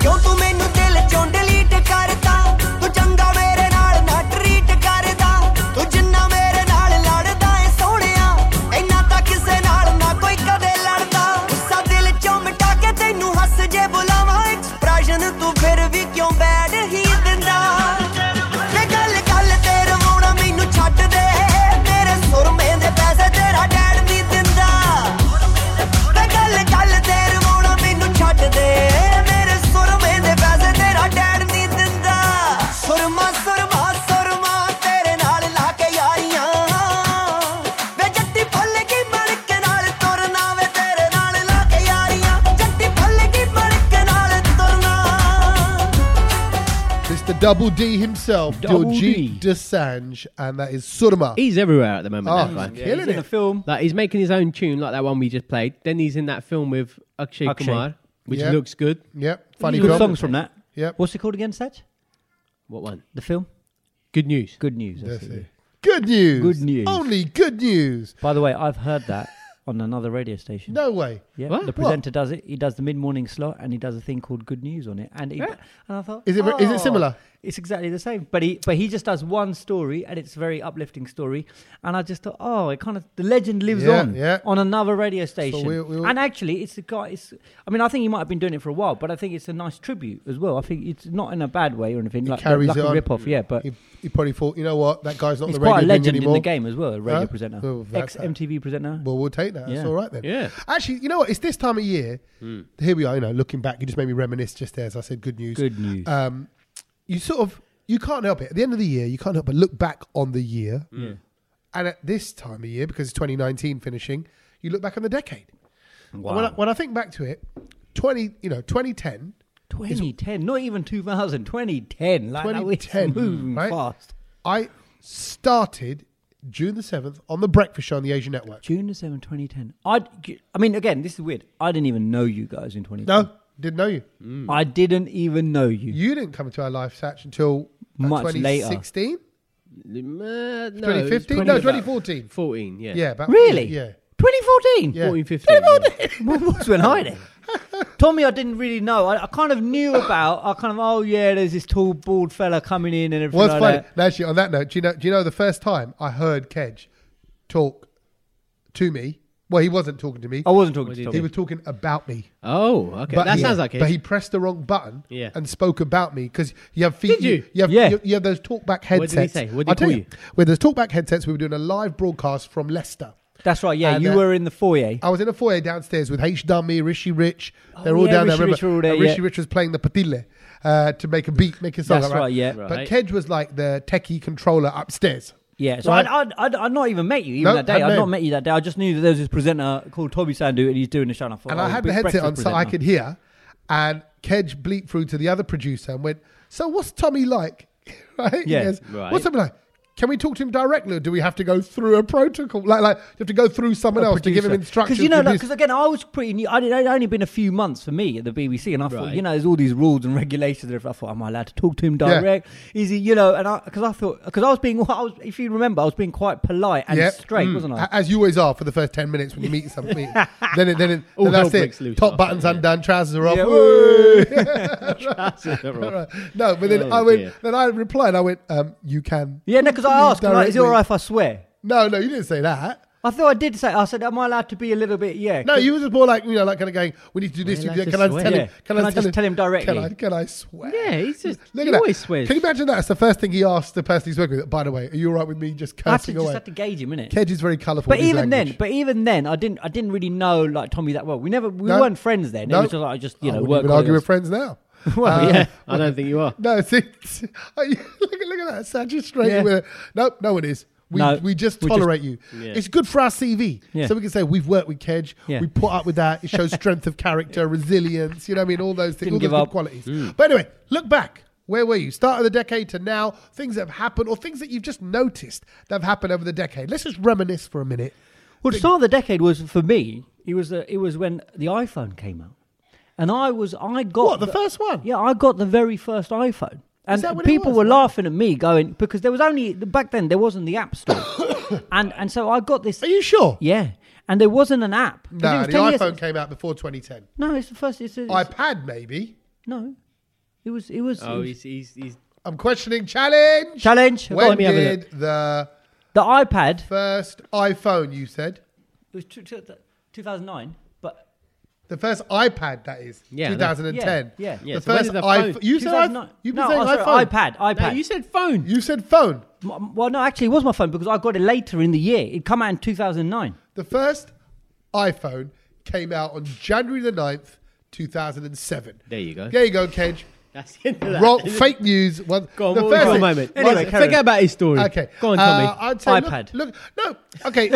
ਕਿਉਂ ਤੂੰ ਮੈਨੂੰ ਦਿਲ ਚੋਂ ਡਿਲੀਟ ਕਰਦਾ ਤੂੰ ਚੰਗਾ ਮੇਰੇ ਨਾਲ ਨਾ ਟਰੀਟ ਕਰਦਾ ਤੂੰ ਜਿੰਨਾ ਮੇਰੇ ਨਾਲ ਲੜਦਾ ਏ ਸੋਹਣਿਆ ਇੰਨਾ ਤਾਂ ਕਿਸੇ ਨਾਲ ਨਾ ਕੋਈ ਕਦੇ ਲੜਦਾ ਗੁੱਸਾ ਦਿਲ ਚੋਂ ਮਿਟਾ ਕੇ ਤੈਨੂੰ ਹੱਸ ਜੇ ਬੁਲਾਵਾਂ ਐਕਸਪ੍ਰੈਸ਼ਨ ਤੂੰ ਫਿਰ ਵੀ ਕਿਉਂ ਬੈਡ ਹੀ ਦਿੰਦਾ ਤੇ ਗੱਲ ਗੱਲ ਤੇ ਰਵਾਉਣਾ ਮੈਨੂੰ ਛੱਡ ਦੇ ਮੇਰੇ ਸੁਰਮੇ ਦੇ ਪੈਸੇ ਤੇਰਾ ਡੈਡ ਨਹੀਂ ਦਿੰਦਾ ਤੇ ਗੱਲ ਗੱਲ ਤੇ ਰਵਾਉਣਾ ਮੈਨੂੰ ਛੱਡ ਦੇ ਮੇਰੇ ਸੁਰਮੇ ਦੇ ਪੈਸੇ ਤੇਰਾ ਡੈਡ ਨਹੀਂ ਦਿੰਦਾ ਸੁਰਮਾ ਸੁਰਮਾ ਸੁਰਮਾ ਤੇਰੇ ਨਾਲ ਲਾ ਕੇ ਯਾਰੀਆਂ ਵੇ ਜੱਟੀ ਫੁੱਲ ਗਈ ਮੜਕ ਨਾਲ ਤੁਰਨਾ ਵੇ ਤੇਰੇ ਨਾਲ ਲਾ ਕੇ ਯਾਰੀਆਂ ਜੱਟੀ ਫੁੱਲ ਗਈ ਮੜਕ ਨਾਲ ਤੁਰਨਾ
It's the Double D himself,
Double
Diljit
D.
Dosanjh, and that is Surma.
He's everywhere at the moment.
Oh,
that guy.
yeah, killing
is. In a
it.
film.
Like he's making his own tune, like that one we just played. Then he's in that film with Akshay,
Akshay.
Kumar, which
Yeah.
looks good.
Yep, funny
Good
film.
songs from that.
Yep.
What's it called again, Satch?
What one?
The film?
Good news.
Good News. that's
That's
it.
it. Good news.
Good news.
Only good news.
By the way, I've heard that (laughs) on another radio station.
No way.
Yeah,
What?
the presenter does it. He does the mid-morning slot, and he does a thing called Good News on it. And he, and I thought,
Is it-
oh,
is it similar?
It's exactly the same, but he but he just does one story, and it's a very uplifting story. And I just thought, oh, it kind of the legend lives
Yeah,
on
yeah.
on another radio station.
we- we-
and actually, it's a guy. It's I mean, I think he might have been doing it for a while, but I think it's a nice tribute as well. I think it's not in a bad way or anything. like
carries
like
it
a
on.
rip-off, yeah. But
He, he probably thought, you know what, that guy's not
it's
the radio
quite a
thing
legend in
anymore.
the game as well. A radio
Huh?
presenter,
Well, that's
ex
that.
MTV presenter.
Well, we'll take that. That's
Yeah. Hmm.
all right then.
Yeah.
Actually, you know what? It's this time of year. Here we are. You know, looking back, you just made me reminisce just there as I said. Good news.
Good news.
Um, you sort of you can't help it. At the end of the year, you can't help but look back on the year.
Hmm.
And at this time of year, because it's 2019 finishing, you look back on the decade. Wow. When I, when I think back to it, 20, you know, 2010.
2010, not even 2000, 2010. Like that, it's
2010,
moving
mm, right?
fast.
I started June the 7th on the Breakfast Show on the Asian Network.
June the 7th, 2010. I, I mean, again, this is weird. I didn't even know you guys in 2010.
No, didn't know you.
I didn't even know you.
You didn't come to our live satch until uh,
Much later.
2016,
Um, uh, no, it's
2015, no,
20
2014.
14, yeah.
Yeah, about
(laughs) really?
Yeah.
2014?
Yeah.
14, 15. yeah.
what was when I
(laughs)
did? Tommy, I didn't really know. I, I kind of knew about. I kind of, oh yeah, there's this tall, bald fella coming in and everything
What's
like
funny?
that.
no, Actually, on that note, do you know? Do you know the first time I heard Kedge talk to me? Well, he wasn't talking to me.
I wasn't talking to
did
Tommy.
he was talking about me.
Oh, okay. that
he,
sounds like it.
But
(laughs)
he pressed the wrong button
Yeah.
and spoke about me because you have feet.
Did you?
have,
Yeah.
you, you have those talkback
What
headsets.
did he say? What did he
I'll tell
call you?
With those talkback headsets, we were doing a live broadcast from Leicester.
That's right. Yeah,
And,
you
uh,
were in the foyer.
I was in a foyer downstairs with H. Dummy, Rishi Rich. They're all
Oh, yeah,
down
Rishi
there.
Rich were all
Remember,
there,
And Rishi
yeah.
Rich was playing the patille uh, to make a beat, make a song.
That's right, yeah.
But
Right.
Kedge was like the techie controller upstairs.
Yeah, so
Right.
I'd, I'd, I'd, I'd not even met you even
Nope,
that day.
hadn't
I'd
met
not
him.
met you that day. I just knew that there was this presenter called Toby Sandu and he's doing the show. And I, thought,
And
oh,
I had
big
the headset on
breakfast
so I
presenter.
could hear. And Kedge bleeped through to the other producer and went, So what's Tommy like? (laughs) right?
Yeah,
Yes.
right.
What's something like? Can we talk to him directly, or do we have to go through a protocol? Like, like you have to go through someone else to give him instructions.
Because you know,
to do-
because again, I was pretty new. I did, I'd only been a few months for me at the BBC, and I thought,
Right.
you know, there's all these rules and regulations. And everything. I thought, am I allowed to talk to him direct? Is he, you know? And I because I thought because I was being, (laughs) I was, if you remember, I was being quite polite and
Yeah,
straight,
mm,
wasn't I?
a- As you always are for the first ten minutes when you meet something.
(laughs)
then, it, then, it, then
All
that's
hell breaks
it.
loose
Top
after
buttons
that, yeah.
undone, trousers are off.
Yeah,
Woo!
Right.
(laughs) no, but then
Oh,
I went.
dear.
Then I replied. I went. Um, you can.
yeah, no, because I
Please
asked, can I, is it
directly.
all right if I swear?
No, no, you didn't say that.
I thought I did say. I said, am I allowed to be a little bit? Yeah.
No, you were just more like you know, like kind of going. We need to do this.
Well,
you
like
can
to
I tell
swear.
him?
Yeah. Can I just tell him
Can
directly?
I? Can I swear?
Yeah, he's just-
Look
he
at that.
always swears.
Can you imagine that? That's the first thing he asked the person he's working with. By the way, are you all right with me just
I had to,
cursing
just
away?
had to gauge him, innit?
Kedge is very colourful.
But
with his
even then,
language.
but even then, I didn't, I didn't really know like Tommy that well. We never, we
No.
weren't friends then.
No.
It was just like, I just, you
I
know,
wouldn't
work.
even argue with
colleagues.
friends now.
(laughs) Well,
Uh,
yeah.
I don't think you are.
(laughs) No, see, see- (laughs) are you- look, at- look at that. Sad, just straight
Yeah.
with it. Nope, no one is. We,
No,
we just
we just-
tolerate you.
Yeah.
It's good for our CV.
Yeah.
So we can say we've worked with Kedge.
Yeah.
We put up with that. It
(laughs)
shows strength of character, resilience, you know what I mean? All those things,
Didn't
all those
give
good
up. Mm.
qualities. But anyway, look back. Where were you? Start of the decade to now, things that have happened or things that you've just noticed that have happened over the decade. Let's just reminisce for a minute.
Well, the start of the decade was for me. It was uh, it was when the iPhone came out, and I was I got
What, the first one?
Yeah, I got the very first iPhone, and
that what it
people
was?
were laughing at me going because there was only back then there wasn't the
(coughs)
App Store, and and so I got this.
Are you sure?
Yeah, and there wasn't an app. 'Cause it
No,
was
the
10 years-
iPhone came out before 2010.
No, it's the first. It's, it's
iPad, maybe.
no, it was it was. it
Oh,
was-
he's, he's, he's
I'm questioning challenge.
Challenge. Go
When
on, let me have a
did the
the iPad.
first iPhone, you said.
It was two- two- 2009, but
The first iPad, that is.
Yeah, that-
2010.
yeah, yeah.
The
So when
first
did the
iPhone.
phone-
You said iPhone.
2009
You've been
no,
saying
oh, sorry,
iPhone.
iPad, iPad.
No, you said phone.
You said phone.
M- Well, no, actually, it was my phone because I got it later in the year. It come out in 2009.
The first iPhone came out on January the 9th, 2007.
There you go.
There you go,
(laughs)
Kedge.
That's the end of that.
Wrong, fake news. One,
Go on,
the
what was
first
your
thing-
moment?
one-
Anyway,
carry
forget
on.
about his story.
Okay.
Go on, Tommy.
Uh, I'd say,
iPad.
Look, look, no.
(laughs)
Okay.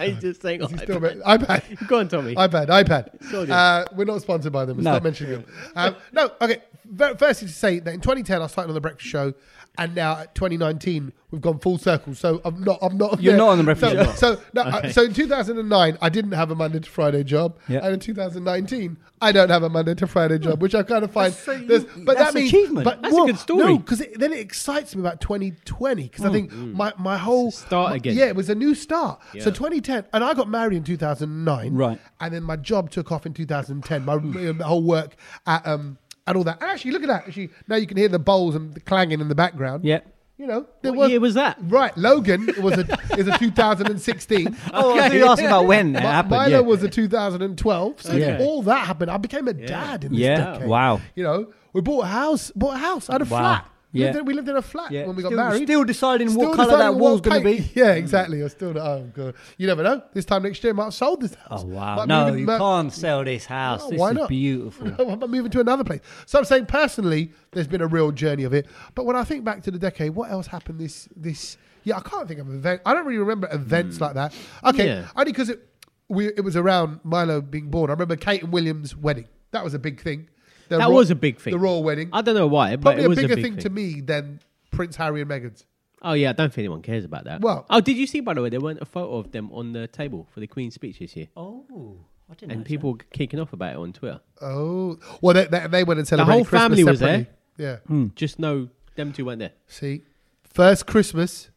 he's just
(laughs)
saying "Oh,
He's
iPad.
uh, still about- iPad.
Go on, Tommy.
iPad, iPad.
Sorry.
Uh, we're not sponsored by them.
No.
Stop mentioning them. Um, no, okay. Ver- Firstly, to say that in 2010 I started on the Breakfast Show, and now at 2019 we've gone full circle. So I'm not. I'm not.
You're not on The Breakfast
so,
Show.
So no. uh, so in 2009 I didn't have a Monday to Friday job,
Yeah.
and in 2019 I don't have a Monday to Friday job, which I kind of find.
That's so-
there's- but
that's
that means
achievement.
But,
That's a
well,
good story.
No, because then it excites me about 2020 because I
Hmm.
think my my whole
start
my-
again.
Yeah, it was a new start. So
Yeah.
2010, and I got married in 2009.
Right.
And then my job took off in 2010. My, my whole work at um and all that. And actually, look at that. Actually, now you can hear the bowls and the clanging in the background.
Yeah.
You know, there
What year was that?
Right, Logan was a is a
(laughs)
2016.
Oh, I thought you asked about when that
Mi-
happened.
Milo
yeah.
was a 2012. So
Yeah.
all that happened. I became a dad in this
Yeah.
decade.
Wow.
You know, we bought a house. Bought a house. I had a
Wow.
flat. We,
Yeah.
lived in, we lived in a flat
Yeah.
when we got
Still-
married.
still deciding what colour
deciding
that wall's
what
gonna
paint-
be.
(laughs) Yeah, exactly. I still. Oh god. You never know. This time next year, I might have sold this house.
Oh wow!
Might
no,
move in
you
Mer-
can't sell this house.
Oh,
this
why
is
not?
beautiful.
No, (laughs) I'm moving to another place. So I'm saying personally, there's been a real journey of it. But when I think back to the decade, what else happened this this? Yeah, I can't think of an event. I don't really remember events like that. Okay,
Hmm. Yeah.
only because it we, it was around Milo being born. I remember Kate and William's wedding. That was a big thing. The
That
ro-
was a big thing.
The royal wedding.
I don't know why, but
Probably
it was
a bigger
big
thing, to me than Prince Harry and Meghan's.
Oh yeah, I don't think anyone cares about that.
Well-
oh, did you see by the way there weren't a photo of them on the table for the Queen's speech this year,
Oh, I didn't.
and people were kicking off about it on Twitter.
Oh, well, they, they, they went and celebrated.
whole
Christmas
family was Hmm.
separately. Yeah.
Just know them two weren't there.
See, first Christmas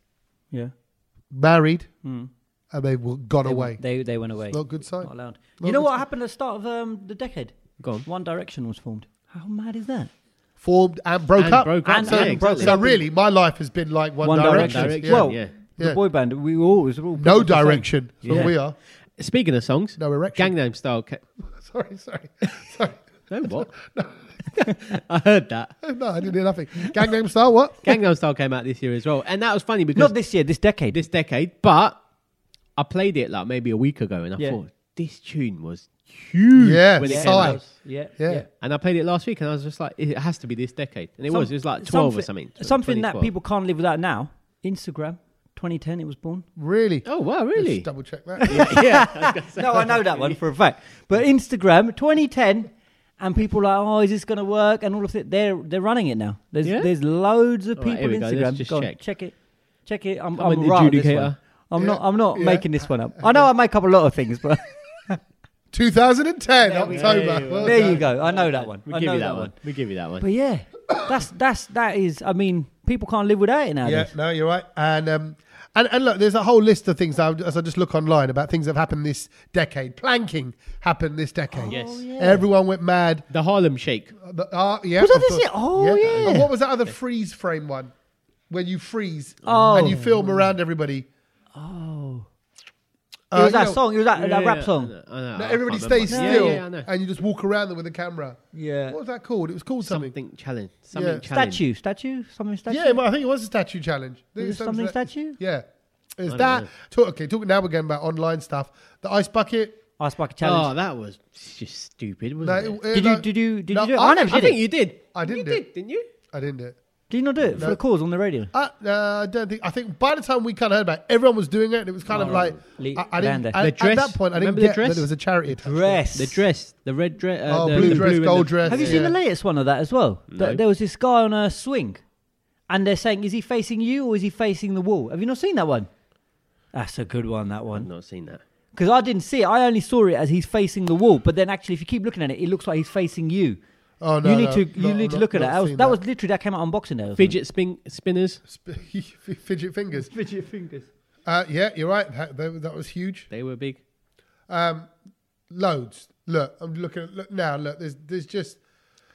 Yeah,
married,
Hmm.
and they've gone away.
They they went away.
Not a good sign.
Not allowed.
Not
you know
good
what
sign.
happened at the start of um, the decade?
Go on.
One Direction was formed. How mad is that?
formed and broke
And
up.
broke up,
And-
so,
yeah, and broke
so
up.
really, my life has been like One, Direction.
Direction,
Yeah.
Well,
yeah.
Yeah.
the boy band. We were always were all
no
pretty much the same.
direction. So
Yeah.
we are. (laughs)
Speaking of songs,
No erection.
Gangnam Style. Ca-
Sorry, sorry, (laughs) sorry.
no
(laughs)
what? (laughs) I heard that
No, I didn't hear nothing. Gangnam Style. What?
Gangnam Style came out this year as well, and that was funny because
Not this year. This decade.
this decade, but I played it like maybe a week ago, and I
Yeah.
thought this tune was huge.
Yeah,
when it came
sigh.
out.
Yeah.
Yeah.
And I played it last week, and I was just like, it has to be this decade, and it was. It was like twelve or something.
Something that
2012.
people can't live without now. Instagram, 2010, it was born. (laughs)
Really?
Oh wow,
Let's
really?
double (laughs) check that.
yeah.
no, I know that one for a fact. But Instagram, 2010, and people are like, oh, is this going to work? And all of it, they're they're running it now. There's
Yeah?
there's loads of
All right,
people
here we
on
go.
Instagram.
Let's just
Go on,
check.
check it, check it. I'm,
I'm
I'm
an
right on this
adjudicator.
one. I'm
Yeah,
not I'm not
yeah.
making this one
(laughs)
up. I know I make up a lot of things, but
2010
we
October. Well
there you
done.
go. I know that one.
We
I
give
know
you that one. We give you that one.
But yeah, that's that's that is. I mean, people can't live without it
Yeah,
nowadays.
no, you're right. And um, and, and look, there's a whole list of things that I, as I just look online about things that have happened this decade. Planking happened this decade.
Yes. Oh, yeah.
Everyone went mad.
The Harlem Shake.
Oh,
The- ah, yeah,
Was that
of
this
course.
year? Oh, yeah.
And what was that other freeze frame one? Where you freeze
Oh.
and you film around everybody. Oh.
It was that song. It was that, that rap song.
everybody stays
yeah,
still
Yeah, yeah, I know.
and you just walk around them with a camera.
Yeah.
What was that called? It was called something.
Something challenge. Something
Yeah.
challenge.
Statue, statue, something statue.
Yeah, well, I think it was a statue challenge. There
it
was
something
sta-
statue?
Yeah. It's
don't
that.
know.
Talk, okay, talking now again about online stuff. The ice bucket.
Ice bucket
Oh,
challenge.
that was just stupid,
No,
wasn't it?
it-
Did
no-
you- did you- did
no,
you do it?
I,
I never
I
I,
did
think
it.
you did.
I didn't
You
do it.
did, didn't you?
I didn't do it.
Did you not do it for
No.
the cause on the radio?
I, uh, I don't think. I think by the time we kind of heard about, it, everyone was doing it, and it was kind of like
Oh, Le-
I, I didn't.
Lander.
I-
The
at
dress?
that point, I didn't
Remember the
get that
dress?
it was a charity. attached to it.
Dress.
The dress, the red dress. Uh,
Oh,
the,
blue
the
dress,
and the-
gold dress.
Have you seen
Yeah.
the latest one of that as well? Th-
No.
there was this guy on a swing, and they're saying, is he facing you or is he facing the wall? Have you not seen that one? That's a good one, that
I've
one.
not seen that.
Because I didn't see it. I only saw it as he's facing the wall. But then actually, if you keep looking at it, it looks like he's facing you.
Oh no!
you need
no,
to
no,
you need to
not-
look at
not
that. That was,
seen
that was literally that came out on Boxing Day. or something.
Fidget spin- spinners.
(laughs) Sp- (laughs) fidget fingers.
Fidget fingers.
Uh, yeah, you're right. That, that- that was huge.
They were big.
Loads. Look, I'm looking at look now. Look, there's there's just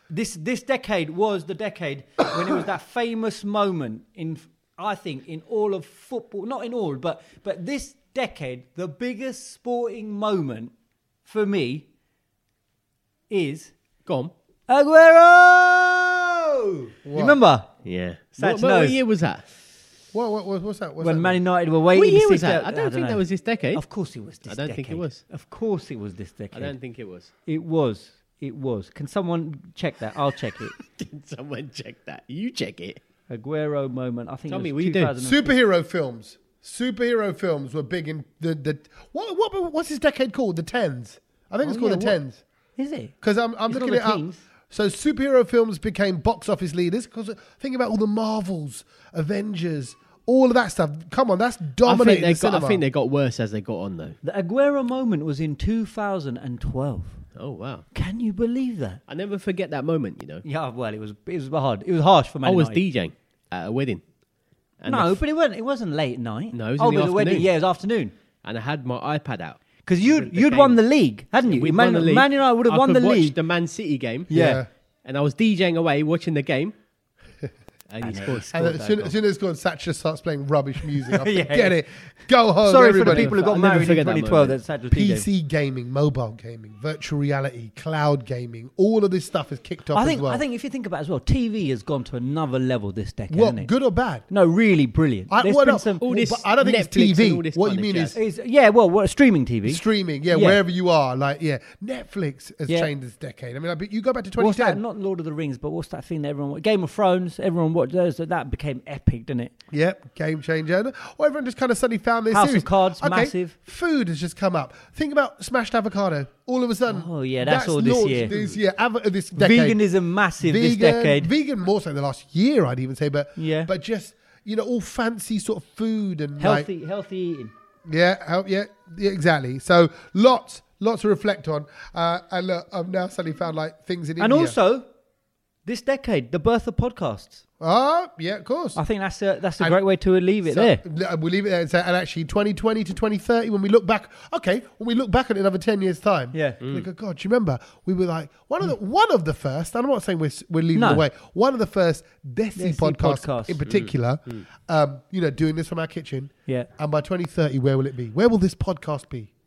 this this decade was the decade (coughs) when it was that famous moment in I think in all of football, not in all, but but this decade, the biggest sporting moment for me is
Go on.
Aguero. You remember
Yeah.
Sad
What,
to
what,
know.
what year was that?
what what, what what's that? What's that?
when Man United were waiting?
What year
to
was
see-
that? I don't think
know.
that was this decade.
Of course it was. This
I don't think it
decade.
was.
Of course it was this
I
decade.
don't think it (laughs) was.
It was. It was. Can someone check that? I'll check
(laughs)
it.
Did someone check that? You check it.
Aguero moment. I think.
Tell
it was
me, what you do?
2000
Superhero films. Superhero films were big in the the what, what what's this decade called? The tens. I think it's
Oh,
called
yeah,
the
what-
tens.
Is it?
Because I'm I'm
It's
looking
not
it
the
up.
teens.
So superhero films became box office leaders. Because think about all the Marvels, Avengers, all of that stuff. Come on, that's
I think,
dominating
they
the cinema.
got, I think they got worse as they got on, though.
The Aguero moment was in 2012.
Oh, wow.
Can you believe that?
I never forget that moment, you know.
Yeah, well, it was it was hard. Oh, It was harsh for Man
I was
United.
DJing at a wedding. And I
No,
f-
but it wasn't. It wasn't late at night.
No, it was
oh,
in the
but wedding.
afternoon.
Yeah, it was afternoon.
and I had my iPad out.
Because you'd you'd
game.
won the league, hadn't you?
We'd
Man,
won the league.
Man United would have
I
won the
could watch
league.
the Man City game.
yeah.
And I was DJing away watching the
(laughs)
game. And he scored.
And then as soon, as soon as it's gone, Thatcher starts playing rubbish music. I
Yeah.
Get it. Go home,
Sorry for the
everybody.
people who got
I'll never
married in
forget that
2012.
moment.
That's sad to think.
PC gaming, mobile gaming, virtual reality, cloud gaming, all of this stuff has kicked off
I think
as well.
I think if you think about it as well, TV has gone to another level this decade.
what,
hasn't it?
good or bad?
No, really brilliant.
I,
There's
well,
been
no,
some.
all
well,
this
but I don't think
Netflix
it's
and all
TV.
this
What
kind
you
of
mean
jazz.
is
is- yeah, well, what streaming TV?
streaming. Yeah,
Yeah.
wherever you are, like yeah, Netflix has
Yeah.
changed this decade. I mean, like, but you go back to
What's that?
2010.
Not Lord of the Rings, but what's that thing that everyone watched? Game of Thrones. Everyone watched those. That, that became epic, didn't it?
Yep, game changer. Or everyone just kind of suddenly found this
House of
series.
Cards,
okay,
massive.
Food has just come up. Think about smashed avocado. All of a sudden,
Oh, yeah, that's all this
launched
year.
This year, av- uh, this decade.
Veganism massive this
Vegan-
decade.
Vegan more so in the last year, I'd even say. But
Yeah.
but just you know, all fancy sort of food and like-
healthy, healthy eating.
Yeah, help, yeah, yeah, exactly. So lots, lots to reflect on. Uh, and look, I've now suddenly found like things in
And
India.
also, this decade, the birth of podcasts.
oh yeah, of course.
I think that's a that's a
And-
great way to leave it
So,
there.
l- We'll leave it there. And, say, and actually, 2020 to 2030, when we look back, okay, when we look back at it in another 10 years' time,
Yeah. Mm.
we go, God, do you remember? We were like one of the one of the first. and I'm not saying we're s- we're leaving
No.
it away. One of the first Desi
Desi
podcasts,
podcasts.
in particular. Um, you know, doing this from our kitchen.
Yeah.
And by 2030, where will it be? Where will this podcast be? (laughs)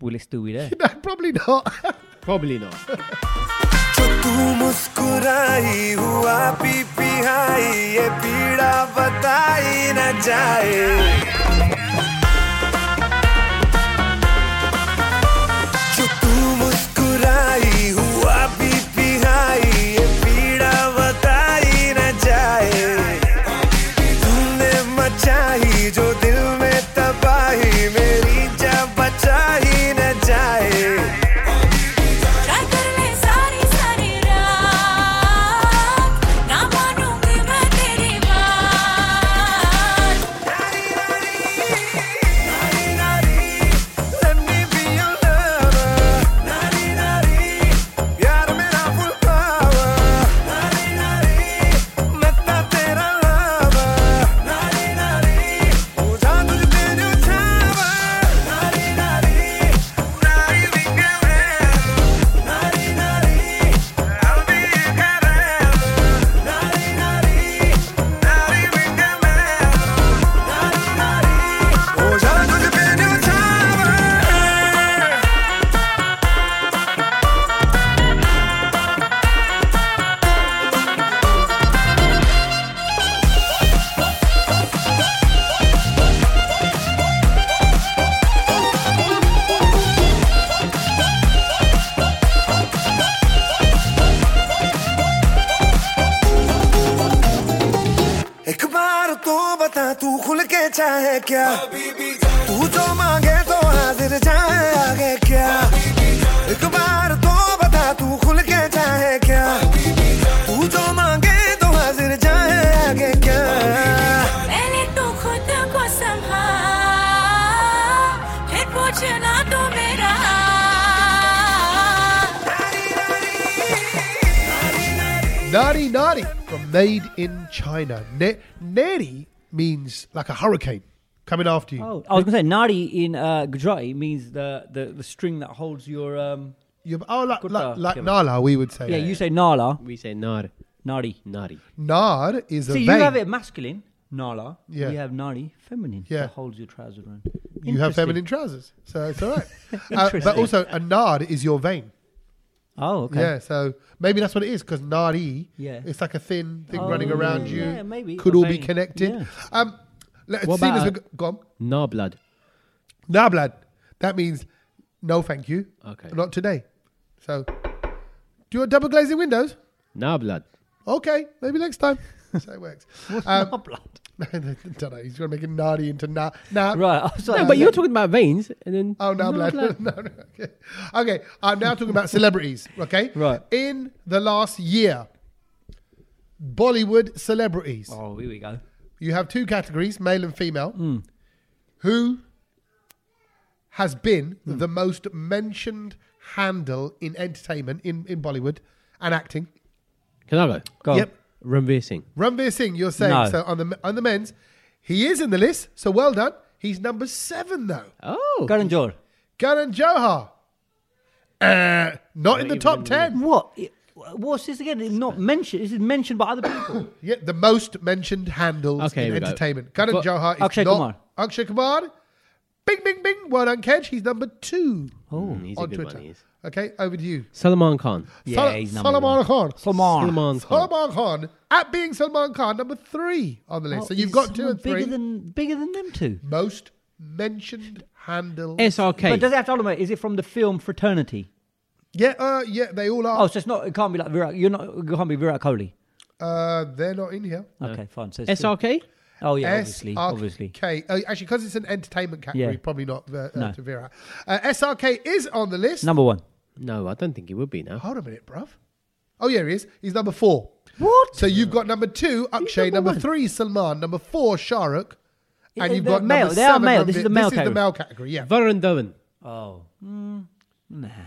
Will it still be there?
No, probably not. (laughs)
Probably not. (laughs)
जो तो तू मुस्कुराई हुआ पी पी आई ये पीड़ा बताई न जाए जो तो तू मुस्कुराई हुआ पी पी आई ये पीड़ा बताई न जाए तूने मचाई जो दिल में तबाही मेरी जा बचाई न जाए
try कर ले सारी सारी
हाँ। तो तो चाहे क्या तू जो मांगे तो हाजिर चाहे आगे क्या एक बार तो बता तू खुल के चाहे क्या तू जो मांगे तो हाजिर चाहे आगे क्या
मैंने तो खुद को संभा फिर पूछना तो मेरा
Nari Nari from Made in China. Ne- Neri means like a hurricane coming after you.
Oh, I was going to say nari in uh, Gujarati means the, the, the string that holds your. Um,
You- oh, like, like,
Kurta.
like Nala, we would say.
yeah, you say nala,
We say nar,
nari.
nari.
Nar is a
See,
vein.
you have it masculine, nala.
Yeah.
We have nari, feminine.
Yeah.
That holds your trousers around.
you have
Interesting.
feminine trousers, so it's
(laughs)
all right. Uh, but
Interesting.
also, a nard is your vein.
Oh, okay.
Yeah, so maybe that's what it is because nari,
Yeah.
it's like a thin thing
Oh,
running around you.
yeah, maybe.
could
A
all be
vein.
connected.
Yeah.
Um, let,
What
seeing as
about
we're
a-
go- go on.
Nar blood.
Nah, blood. That means no, thank you.
Okay.
Not today. So, do you want double glazing windows?
Nar blood.
Okay, maybe next
(laughs)
time. That's how it works. What's
Oh,
(laughs)
blood.
don't know. He's going to make it nari into na. Nah.
Right. I was like,
No, but you're talking about veins, and then
Oh, no, blood. no, (laughs) no, okay. okay, I'm now talking about celebrities, okay?
Right.
In the last year, Bollywood celebrities.
Oh, Hmm. here we go.
You have two categories, male and female. Who has been
Hmm.
the most mentioned handle in entertainment, in, in Bollywood, and acting?
Can I go?
Go.
Yep.
Ranveer Singh.
Ranveer Singh, you're saying.
No.
So on the on the men's, he is in the list. So well done. He's number seven though.
Oh,
Karan Johar.
Karan Johar. Uh, not in the top ten.
What? It- What's this again? Not mentioned. This is mentioned by other people.
Yeah, the most mentioned handles
Okay,
in
here we go.
entertainment. Karan
Got-
Johar is
Akshay
not.
Kumar.
Akshay Kumar. Bing, bing, bing. Well done, Kedge. He's number two
oh, he's a
on
good
Twitter.
one. he is.
Okay, over to you.
Salman Khan.
Sal- Salman Khan.
Salman.
Salman Khan.
Salman Khan, at being Salman Khan, number three on the list.
Oh,
so you've
is
got two
someone
and three.
Bigger than bigger than them two.
most mentioned handle.
SRK.
But does it have to automate? Is it from the film Fraternity?
Yeah, uh, yeah, they all are.
Oh, so it's not. It can't be like Virat. You're not. It can't be Virat Kohli.
Uh, they're not in here.
Okay, fine. So it's still-
SRK.
Oh yeah, obviously, obviously.
Okay, uh, actually, because it's an entertainment category,
Yeah.
probably not uh, uh,
No.
to Vera. Uh, SRK is on the list.
Number one.
No, I don't think he would be now.
Hold a minute, bruv. Oh yeah, he is. He's number four.
What?
So you've got number two, Akshay.
number
Number,
one.
three, Salman. Number four, Shahrukh. And
Yeah,
you've
they're
got
male.
number
They are
seven,
male.
Ranveer-
This is the male
This is the
category.
male category. Yeah,
Varun Dhawan.
Oh.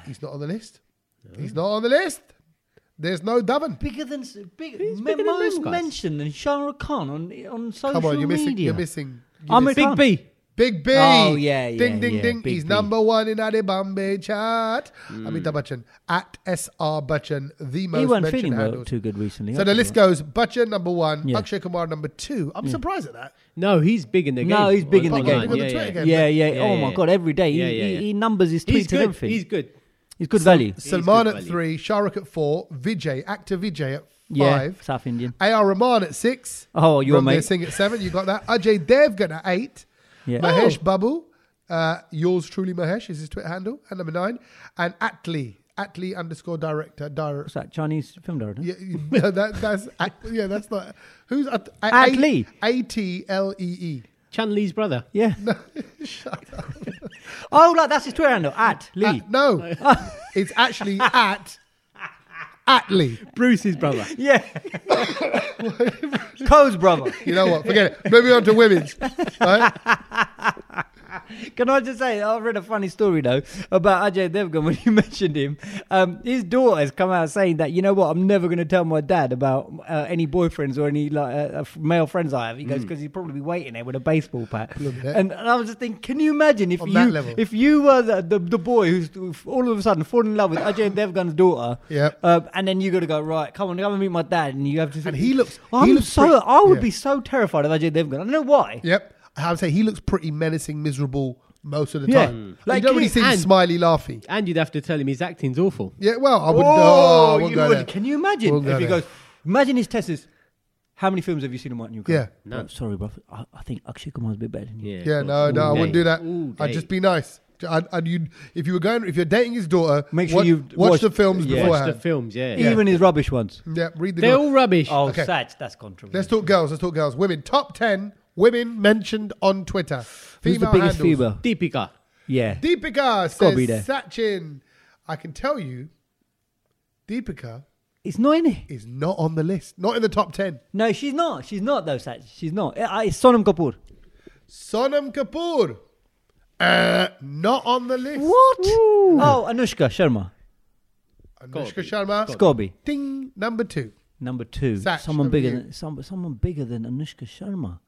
he's not on the list. He's not on the lest There's no Dhawan.
Bigger than s- big,
Who's
me-
bigger than
most
them guys?
mentioned than Shah Rukh Khan on on social
Come on, you're missing.
media.
You're missing. You're
I'm
missing.
a- Khan.
Big B.
Big B.
Oh, yeah, yeah,
Ding, ding,
yeah,
ding.
Big
He's
B. Hmm.
number one in Adi Bombay chat. Amitabh Bachchan at SR Bachchan, the most
He weren't
mentioned
feeling well,
handles.
too good recently.
So the
that's
list
all right.
goes Bachchan number one,
Yeah.
Akshay Kumar number two. I'm surprised at that.
No, he's big in the game.
No, he's big in the
Online,
game. Big
on the Twitter game.
Yeah, yeah.
Yeah,
oh
yeah,
my
yeah.
god! Every day, he,
Yeah, yeah, yeah.
He, he numbers his tweets
He's
and
good.
everything.
He's good.
He's good value.
Salman
good
at
value.
three, Shahrukh at four, Vijay, actor Vijay at
Yeah,
five,
South Indian.
AR Rahman at six.
Oh, your
Ranveer
mate.
Singh at seven. You got that. Ajay Devgan at eight.
Yeah. Oh,
Mahesh Babu, uh, yours truly Mahesh is his Twitter handle, and number nine, and Atli, Atli underscore director, director.
What's that Chinese film director?
Yeah, (laughs) no, that, that's yeah, that's not who's at
At Lee.
E. A T L E E.
Chan Lee's brother. (laughs)
Yeah. oh, like that's his Twitter handle at Lee.
At-
Uh,
(laughs)
No, it's actually at at Lee.
Bruce's brother.
yeah. (laughs) Co's brother.
You know what? Forget it. Moving on to women's. Right?
Can I just say, I've read a funny story though about Ajay Devgan when you (laughs) mentioned him. Um, his daughter has come out saying that, you know what, I'm never going to tell my dad about uh, any boyfriends or any like uh, uh, f- male friends I have. He
Hmm.
goes, because he'd probably be waiting there with a baseball bat.
Bloody heck.
And, and I was just thinking, can you imagine if
On
you
that level.
if you were the, the, the boy who's all of a sudden fallen in love with Ajay Devgan's daughter,
Yep.
um, and then you got to go, right, come on, come and meet my dad, and you have to.
And he looks-
I'm
he looks
so.
pretty-
I would
yeah.
be so terrified of Ajay Devgan. I don't know why.
Yep. I would say he looks pretty menacing, miserable most of the
Yeah.
time.
Mm. Like
you don't really
you-
see him
and-
smiley, laughy.
(laughs) And you'd have to tell him his acting's awful.
Yeah, well, I wouldn't. oh, I
Oh,
wouldn't
you
go
would.
there.
Can you imagine
Wouldn't go
if he
there.
goes? Imagine his test is. How many films have you seen in White New
Yeah.
No, Oh, sorry, bro. I, I think Akshay Kumar's a bit better than you.
Yeah,
Yeah, no, no, I wouldn't do that.
Ooh,
I'd
day.
just be nice. I'd, I'd, you'd, if you were going, if you're dating his daughter,
Make sure
watch,
you've
watch
watched-
the films
Yeah, watch
beforehand.
the films. Yeah,
Even his rubbish ones.
yeah, read the.
they're
novel.
all rubbish.
(laughs) Oh,
Okay.
Satch, that's
Let's
controversial.
talk girls. Let's talk girls. Women top ten women mentioned on Twitter.
Who's the biggest female?
Deepika.
Yeah.
Deepika
gotta be there.
says Sachin. I can tell you, Deepika
It's not in it.
is not on the list. Not in the top ten.
No, she's not. She's not though, Saj. She's not. I- I- It's Sonam Kapoor.
Sonam Kapoor, uh, not on the list.
What? Oh, Anushka Sharma.
Anushka Sharma,
Scobie.
ding number two.
Number two.
Saj,
someone
over
bigger
you.
than some, someone bigger than Anushka Sharma.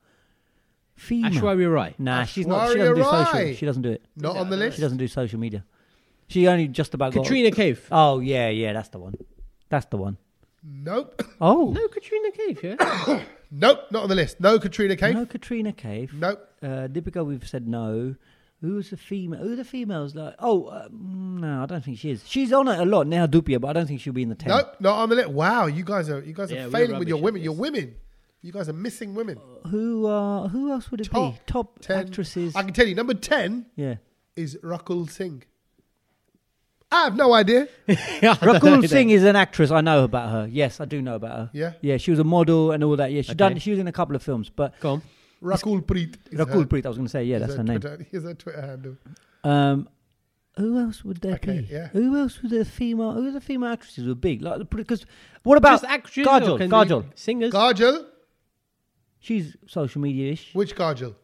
Female.
Ashwarya Rai.
Nah, she's not. She doesn't do
Aishwarya
social.
Rai.
She doesn't do it.
Not on the list.
She doesn't do social media. She only just about got-
Katrina Cave.
Oh yeah, yeah, that's the one. That's the one.
Nope, (laughs)
Oh
No, Katrina Cave, yeah. (laughs)
nope, not on the list. No Katrina Cave.
No, Katrina Cave.
Nope.
Uh, Dipika, we've said no. Who was the female? Who are the females like? Oh, uh, mm, no, I don't think she is. She's on it a lot now, Dupia, but I don't think she'll be in the ten.
Nope, not on the list. Wow, you guys are you guys
Yeah,
are
we're
failing with your women.
rubbish at
Your
this.
women, you guys are missing women.
Who uh, Who else would it be? Top actresses.
I can tell you, number ten
yeah.
is Rakul Singh. I have no idea.
Rakul Singh is an actress. I know about her. Yes, I do know about her.
Yeah?
Yeah, she was a model and all that. Yeah, she done.
Okay.
She was in a couple of films, but
Go on.
Rakul Preet. is her-
Rakul Preet. I was going to say, yeah, that's
is
her name.
Twitter, (laughs) is her Twitter handle.
Um, who else would there
Okay,
be?
yeah.
Who else would the female? Who the female actresses would be? Like, because what about
Just actors or
Kajol?
can
Kajol.
they- Singers.
Garjal?
She's social media-ish.
Which Garjal?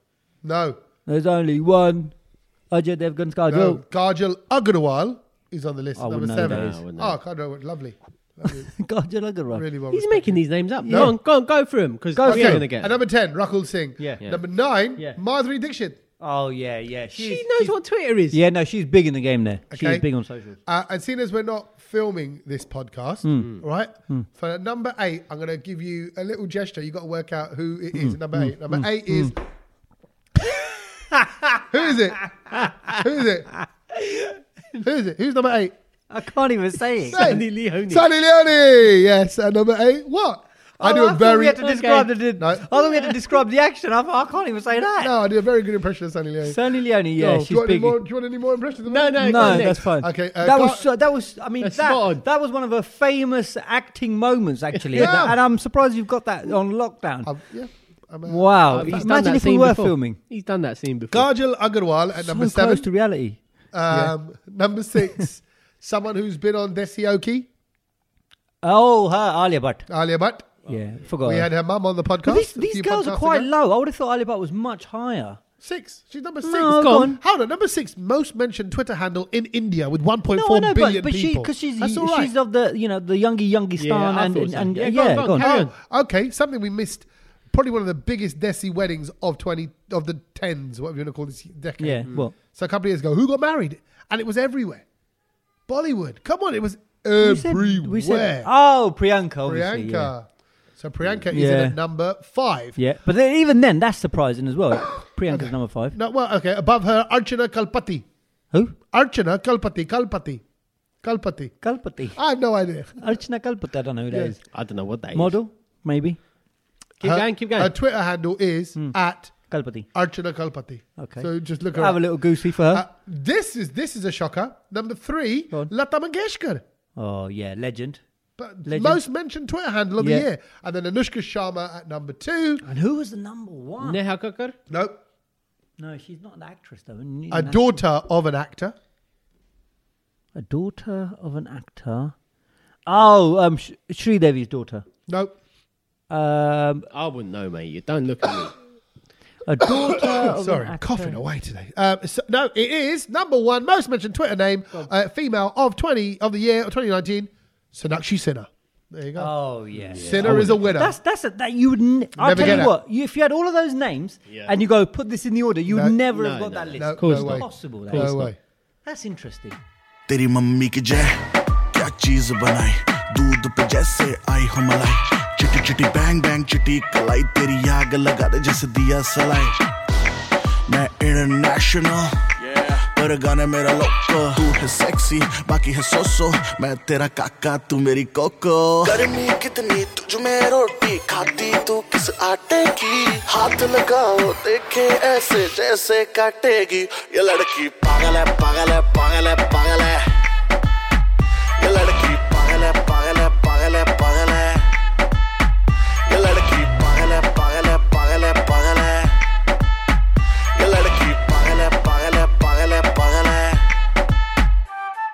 No.
There's only one Ajay Devgan's Kajol.
No, Garjal Agarwal is on the list.
I
number
wouldn't know who
seven.
that
is. No, I wouldn't
oh, Kajal, lovely. lovely.
(laughs) Kajol Agarwal.
really well.
He's
respected.
making these names up.
No.
Go on, go on, go through him because
Go
we're
through
going
Okay,
to get.
at number 10, Rakul Singh.
Yeah. Yeah.
Number 9,
Yeah.
Madhuri Dixit.
Oh yeah, yeah. She's,
She knows
she's-
what Twitter is.
Yeah, no, she's big in the game there.
Okay.
She's big on social.
Uh, and seeing as we're not filming this podcast,
Hmm.
right? For number 8, I'm going to give you a little gesture. you got to work out who it
Hmm.
is. Number 8. Number 8 is. who is it? Who is it? Who is it? Who's number 8?
I can't even say it.
Sandy Leone.
Sonny Leone. Yes, at number 8. What? (laughs) I do a
a
very.
Oh, We had to describe
Okay.
the.
No.
I thought we had to describe the action. I, I can't even say that.
No, I did a very good impression of Sunny Leone.
Sonny Leone, yeah,
Go. do,
she's
you want any
big.
more, do you want any more impressions?
No, no, go
No,
on,
that's
next.
fine.
Okay, uh,
that
Gar-
was so, that was. I mean,
That's spot on.
that, that was one of her famous acting moments, actually.
Yeah.
That- and I'm surprised you've got that on lockdown.
Um, yeah, I'm, uh,
wow!
He's done
Imagine
that
if we
scene
were
before.
filming.
He's done that scene before.
Garjal Agarwal at
So
number
close
seven.
to reality.
um, Number six,
(laughs)
someone who's been on Desioki,
Oh, her Alia Bhatt.
Alia Bhatt.
Oh.
Yeah, forgot.
We
her.
had her mum on the
But
podcast.
these
a
these
few
girls are
podcasts
quite
ago.
low. I would have thought Ali Bhatt was much higher.
Six. She's number six.
No, go on.
Hold on. Number six, most mentioned Twitter handle in India with 1.4 billion
No, I know, but, but she
people.
because she's
That's all right.
she's of the you know the youngie youngie
Yeah,
star
I
and
thought
and,
so.
and- yeah,
Yeah, go on, go on,
go on.
carry on.
Oh, okay, something we missed. Probably one of the biggest Desi weddings of twenty of the tens, whatever you want to call this decade.
Yeah, Mm. well-
so a couple of years ago, who got married, and it was everywhere. Bollywood, come on, it was
We
everywhere.
said- we said- oh Priyanka,
Priyanka.
obviously, yeah.
So Priyanka is in
Yeah.
at number five.
Yeah, but then, even then, that's surprising as well. (coughs) Priyanka's number five.
No, well, okay. Above her, Archana Kalpati.
Who?
Archana Kalpati. Kalpati. Kalpati.
Kalpati.
I have no idea.
Archana Kalpati. I don't know who that
Yeah.
is.
I don't know what that is.
Model, maybe.
Keep
her,
going, keep
Her
going.
Twitter handle is at
Kalpati.
Archana Kalpati.
Hmm. Okay.
So just look her
Have a
up.
little goosey for her.
Uh, this is this is a shocker. Number three,
Go on.
Lata Mangeshkar.
oh yeah, legend.
But
Legend.
most mentioned Twitter handle of
Yeah.
the year. And then Anushka Sharma at number two.
And who was the number one?
Neha Kakkar.
Nope.
No, she's not an actress though. N-
A daughter of an actor.
a daughter of an actor. Oh, um, Sh- Sridevi's daughter.
Nope.
Um,
I wouldn't know, mate. You don't look at me.
a daughter. of
Sorry, I'm
an Oh, actor.
coughing away today. Um, so, no, it is number one most mentioned Twitter name, uh, female of twenty of the year of 2019, Sonakshi Sinha. There you go.
Oh yeah.
Sinha is a winner.
That's that's a, that you would. N- I'll
Never
tell
get
you
it.
what. You, if you had all of those names
Yeah.
and you go put this in the order, you would
No.
never have
No,
got
no,
that
no.
list.
no,
course
no
not.
way.
Possible. that is.
No way.
That's interesting.
तेरी mummy की जय क्या चीज बनाई दूध पे जैसे आई हो मलाई चिटी चिटी बैंग बैंग चिटी कलाई तेरी आग लगा दे जैसे दिया सलाई मैं इंटरनेशनल पर गाने मेरा लोको तू है सेक्सी बाकी है सोसो मैं तेरा काका तू मेरी कोको
गर्मी कितनी तुझ में रोटी खाती तू किस आटे की हाथ लगाओ देखे ऐसे जैसे काटेगी ये लड़की पागल है पागल है पागल है पागल है ये लड़की पागल है पागल है पागल है पागल है ये लड़की पागल है पागल है पागल है पागल है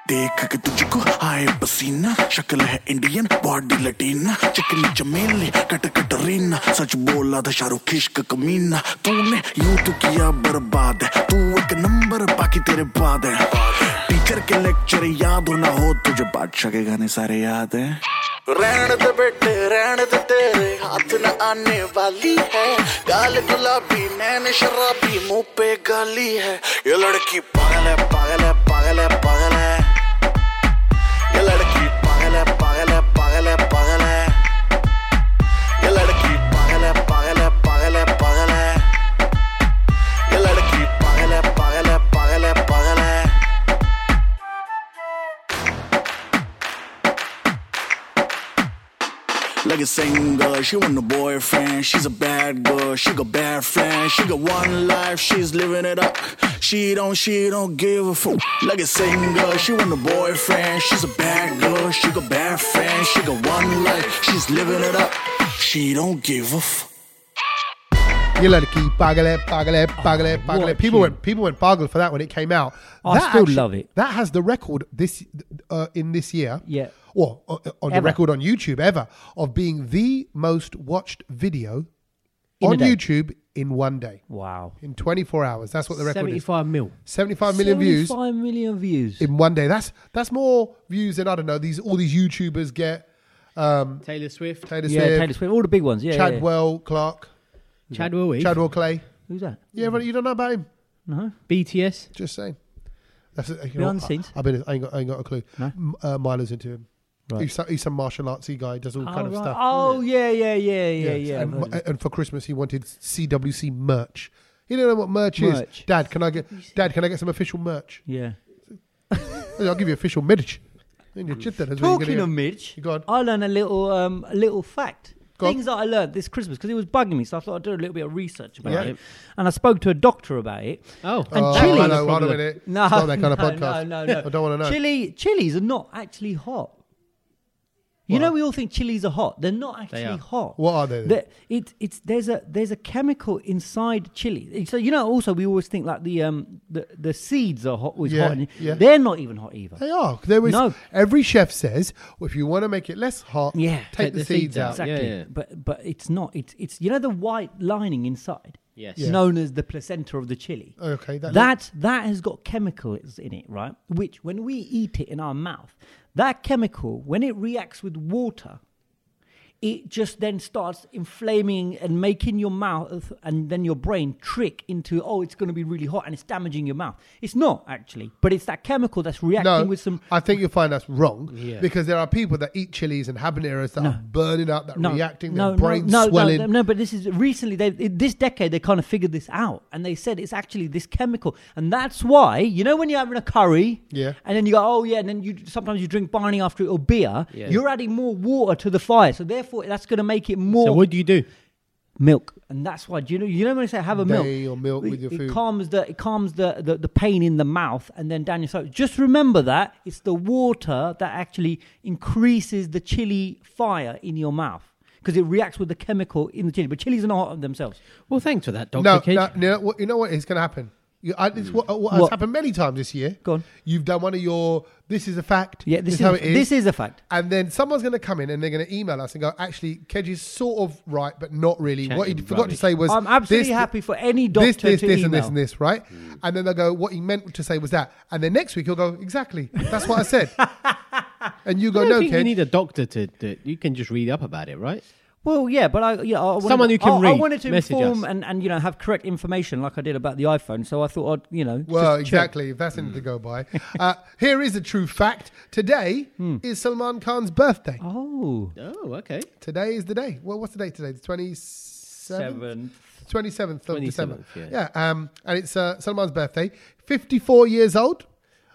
देख के तुझको आए पसीना शक्ल है इंडियन बॉडी लटीना चिकनी चमेली कट कट रीना सच बोला था शाहरुख इश्क कमीना तूने यूं तो किया बर्बाद तू एक नंबर बाकी तेरे बाद है टीचर के लेक्चर याद हो ना हो तुझे बादशाह के गाने सारे याद हैं रहन दे बेटे रहन दे तेरे हाथ न आने वाली है गाल गुलाबी नैन शराबी मुंह पे गाली है ये लड़की पागल है पागल है पागल है पागल है ये लड़की पागल है पागल है पागल है पागल है ये लड़की पागल है पागल है पागल है पागल है ये लड़की पागल है पागल है पागल है पागल है like a singer. She want a boyfriend. She's a bad girl. She got bad friends. She got one life. She's living it up. She don't, she don't give a fuck. Like a singer. She want a boyfriend. She's a bad girl. She got bad friends. She got one life. She's living it up. She don't give a fuck.
You ladki, bagale, bagale, bagale, bagale.
Oh, what
People
you-
went, people went bagel for that when it came out.
I
That
still love it.
That has the record this uh, in this year.
Yeah.
Well, uh, on the
Ever.
record on YouTube ever of being the most watched video
In a
on
day.
YouTube in one day
Wow.
in 24 hours. That's what the record is.
75 mil.
75 million views
75 million views.
in one day. That's that's more views than I don't know. These all these YouTubers get.
Taylor Swift,
Taylor
yeah,
Swift,
Taylor Swift, all the big ones. Yeah, yeah, yeah.
Chadwell Clark,
Chadwell Heath,
Chadwell Clay.
Who's that?
Yeah, but you don't know about him.
BTS.
Just saying. That's it. You know
Behind
what?
the scenes.
I, I, mean, I, ain't got, I ain't got a clue. M- Uh, Milo's into him. He's, some, he's some martial artsy guy. Does all kind of
right.
stuff.
Oh yeah, yeah, yeah, yeah, yeah. I've
And,
heard of it.
and for Christmas, he wanted CWC merch. You don't know what merch, is,
Merch.
Dad. Can I get Dad? Can I get some official merch?
yeah.
I'll give you official merch. And your chit that is where you're
Talking
gonna
of
go.
Mitch,
Go on.
I learned a little um, a little fact.
Go on.
Things that I learned this Christmas because it was bugging me, so I thought I'd do a little bit of research about
Yeah.
it. And I spoke to a doctor about it.
Oh,
and
Oh,
Chile.
hello, hold on a minute.
(laughs) No,
it's not that kind
no,
of podcast.
No, no, no.
(laughs) I don't want to know.
Chili, chilies are not actually hot. You know, we all think chilies are hot. They're not actually
are.
hot.
What are they then?
They're- it, it's there's a there's a chemical inside chili. So you know, also we always think like the um the, the seeds are hot. Always
Yeah,
hot. And
yeah.
They're not even hot either.
They are. There was
No.
every chef says well, if you want to make it less hot,
Yeah,
take, the, seeds, out.
Yeah,
Exactly.
yeah.
But but it's not. It's it's you know the white lining inside.
Yes.
It's known as the placenta of the chili.
Okay, that-
That that, has got chemicals in it, right? Which when we eat it in our mouth, that chemical when it reacts with water. It just then starts inflaming and making your mouth and then your brain trick into oh it's going to be really hot and it's damaging your mouth. It's not actually, but it's that chemical that's reacting
No,
with some
I think you'll find that's wrong because there are people that eat chilies and habaneros that are burning up, that are reacting, their brains
no,
swelling.
No, no, but this is recently. They this decade they kind of figured this out, and they said it's actually this chemical, and that's why you know when you're having a curry,
Yeah.
and then you go, oh yeah, and then you sometimes you drink barney after it or beer, you're adding more water to the fire, so therefore that's going to make it more
So what do you do?
milk, and that's why do you know you know when I say have a milk
Dairy or milk
it,
with your
it
food.
calms the it calms the, the the pain in the mouth and then down your throat. Just remember that it's the water that actually increases the chili fire in your mouth because it reacts with the chemical in the chili. But chilies are not hot themselves.
Well, thanks for that, Dr.
No,
Cage.
no, no, what- you know what is going to happen? You, I, it's what, what has
What?
happened many times this year.
Go on.
You've done one of your, this is a fact.
Yeah, this, is,
how it is.
this is a fact.
And then someone's going to come in and they're going to email us and go, actually, Kedge is sort of right, but not really. what he
Chatting
forgot to
rubbish.
say was,
I'm absolutely
this-
happy for any doctor
This, this,
to
this,
email.
and this, and this, right? And then they'll go, what he meant to say was that. And then next week he'll go, exactly. That's what I said. and you go,
I don't
no,
think
Kedge.
you need a doctor to, to. You can just read up about it, right?
Well, yeah, but I yeah, I wanted,
Someone who can
I, I
read,
wanted to
message
inform
us.
and and you know have correct information like I did about the iPhone. So I thought I'd you know
Well,
just check.
exactly. If that's anything to go by. Uh, here is a true fact. Today is Salman Khan's birthday.
Oh,
Oh, okay.
Today is the day. Well, what's the date today? The 27th?
seven.
27th of December.
yeah.
yeah um, and it's uh, Salman's birthday. 54 years old.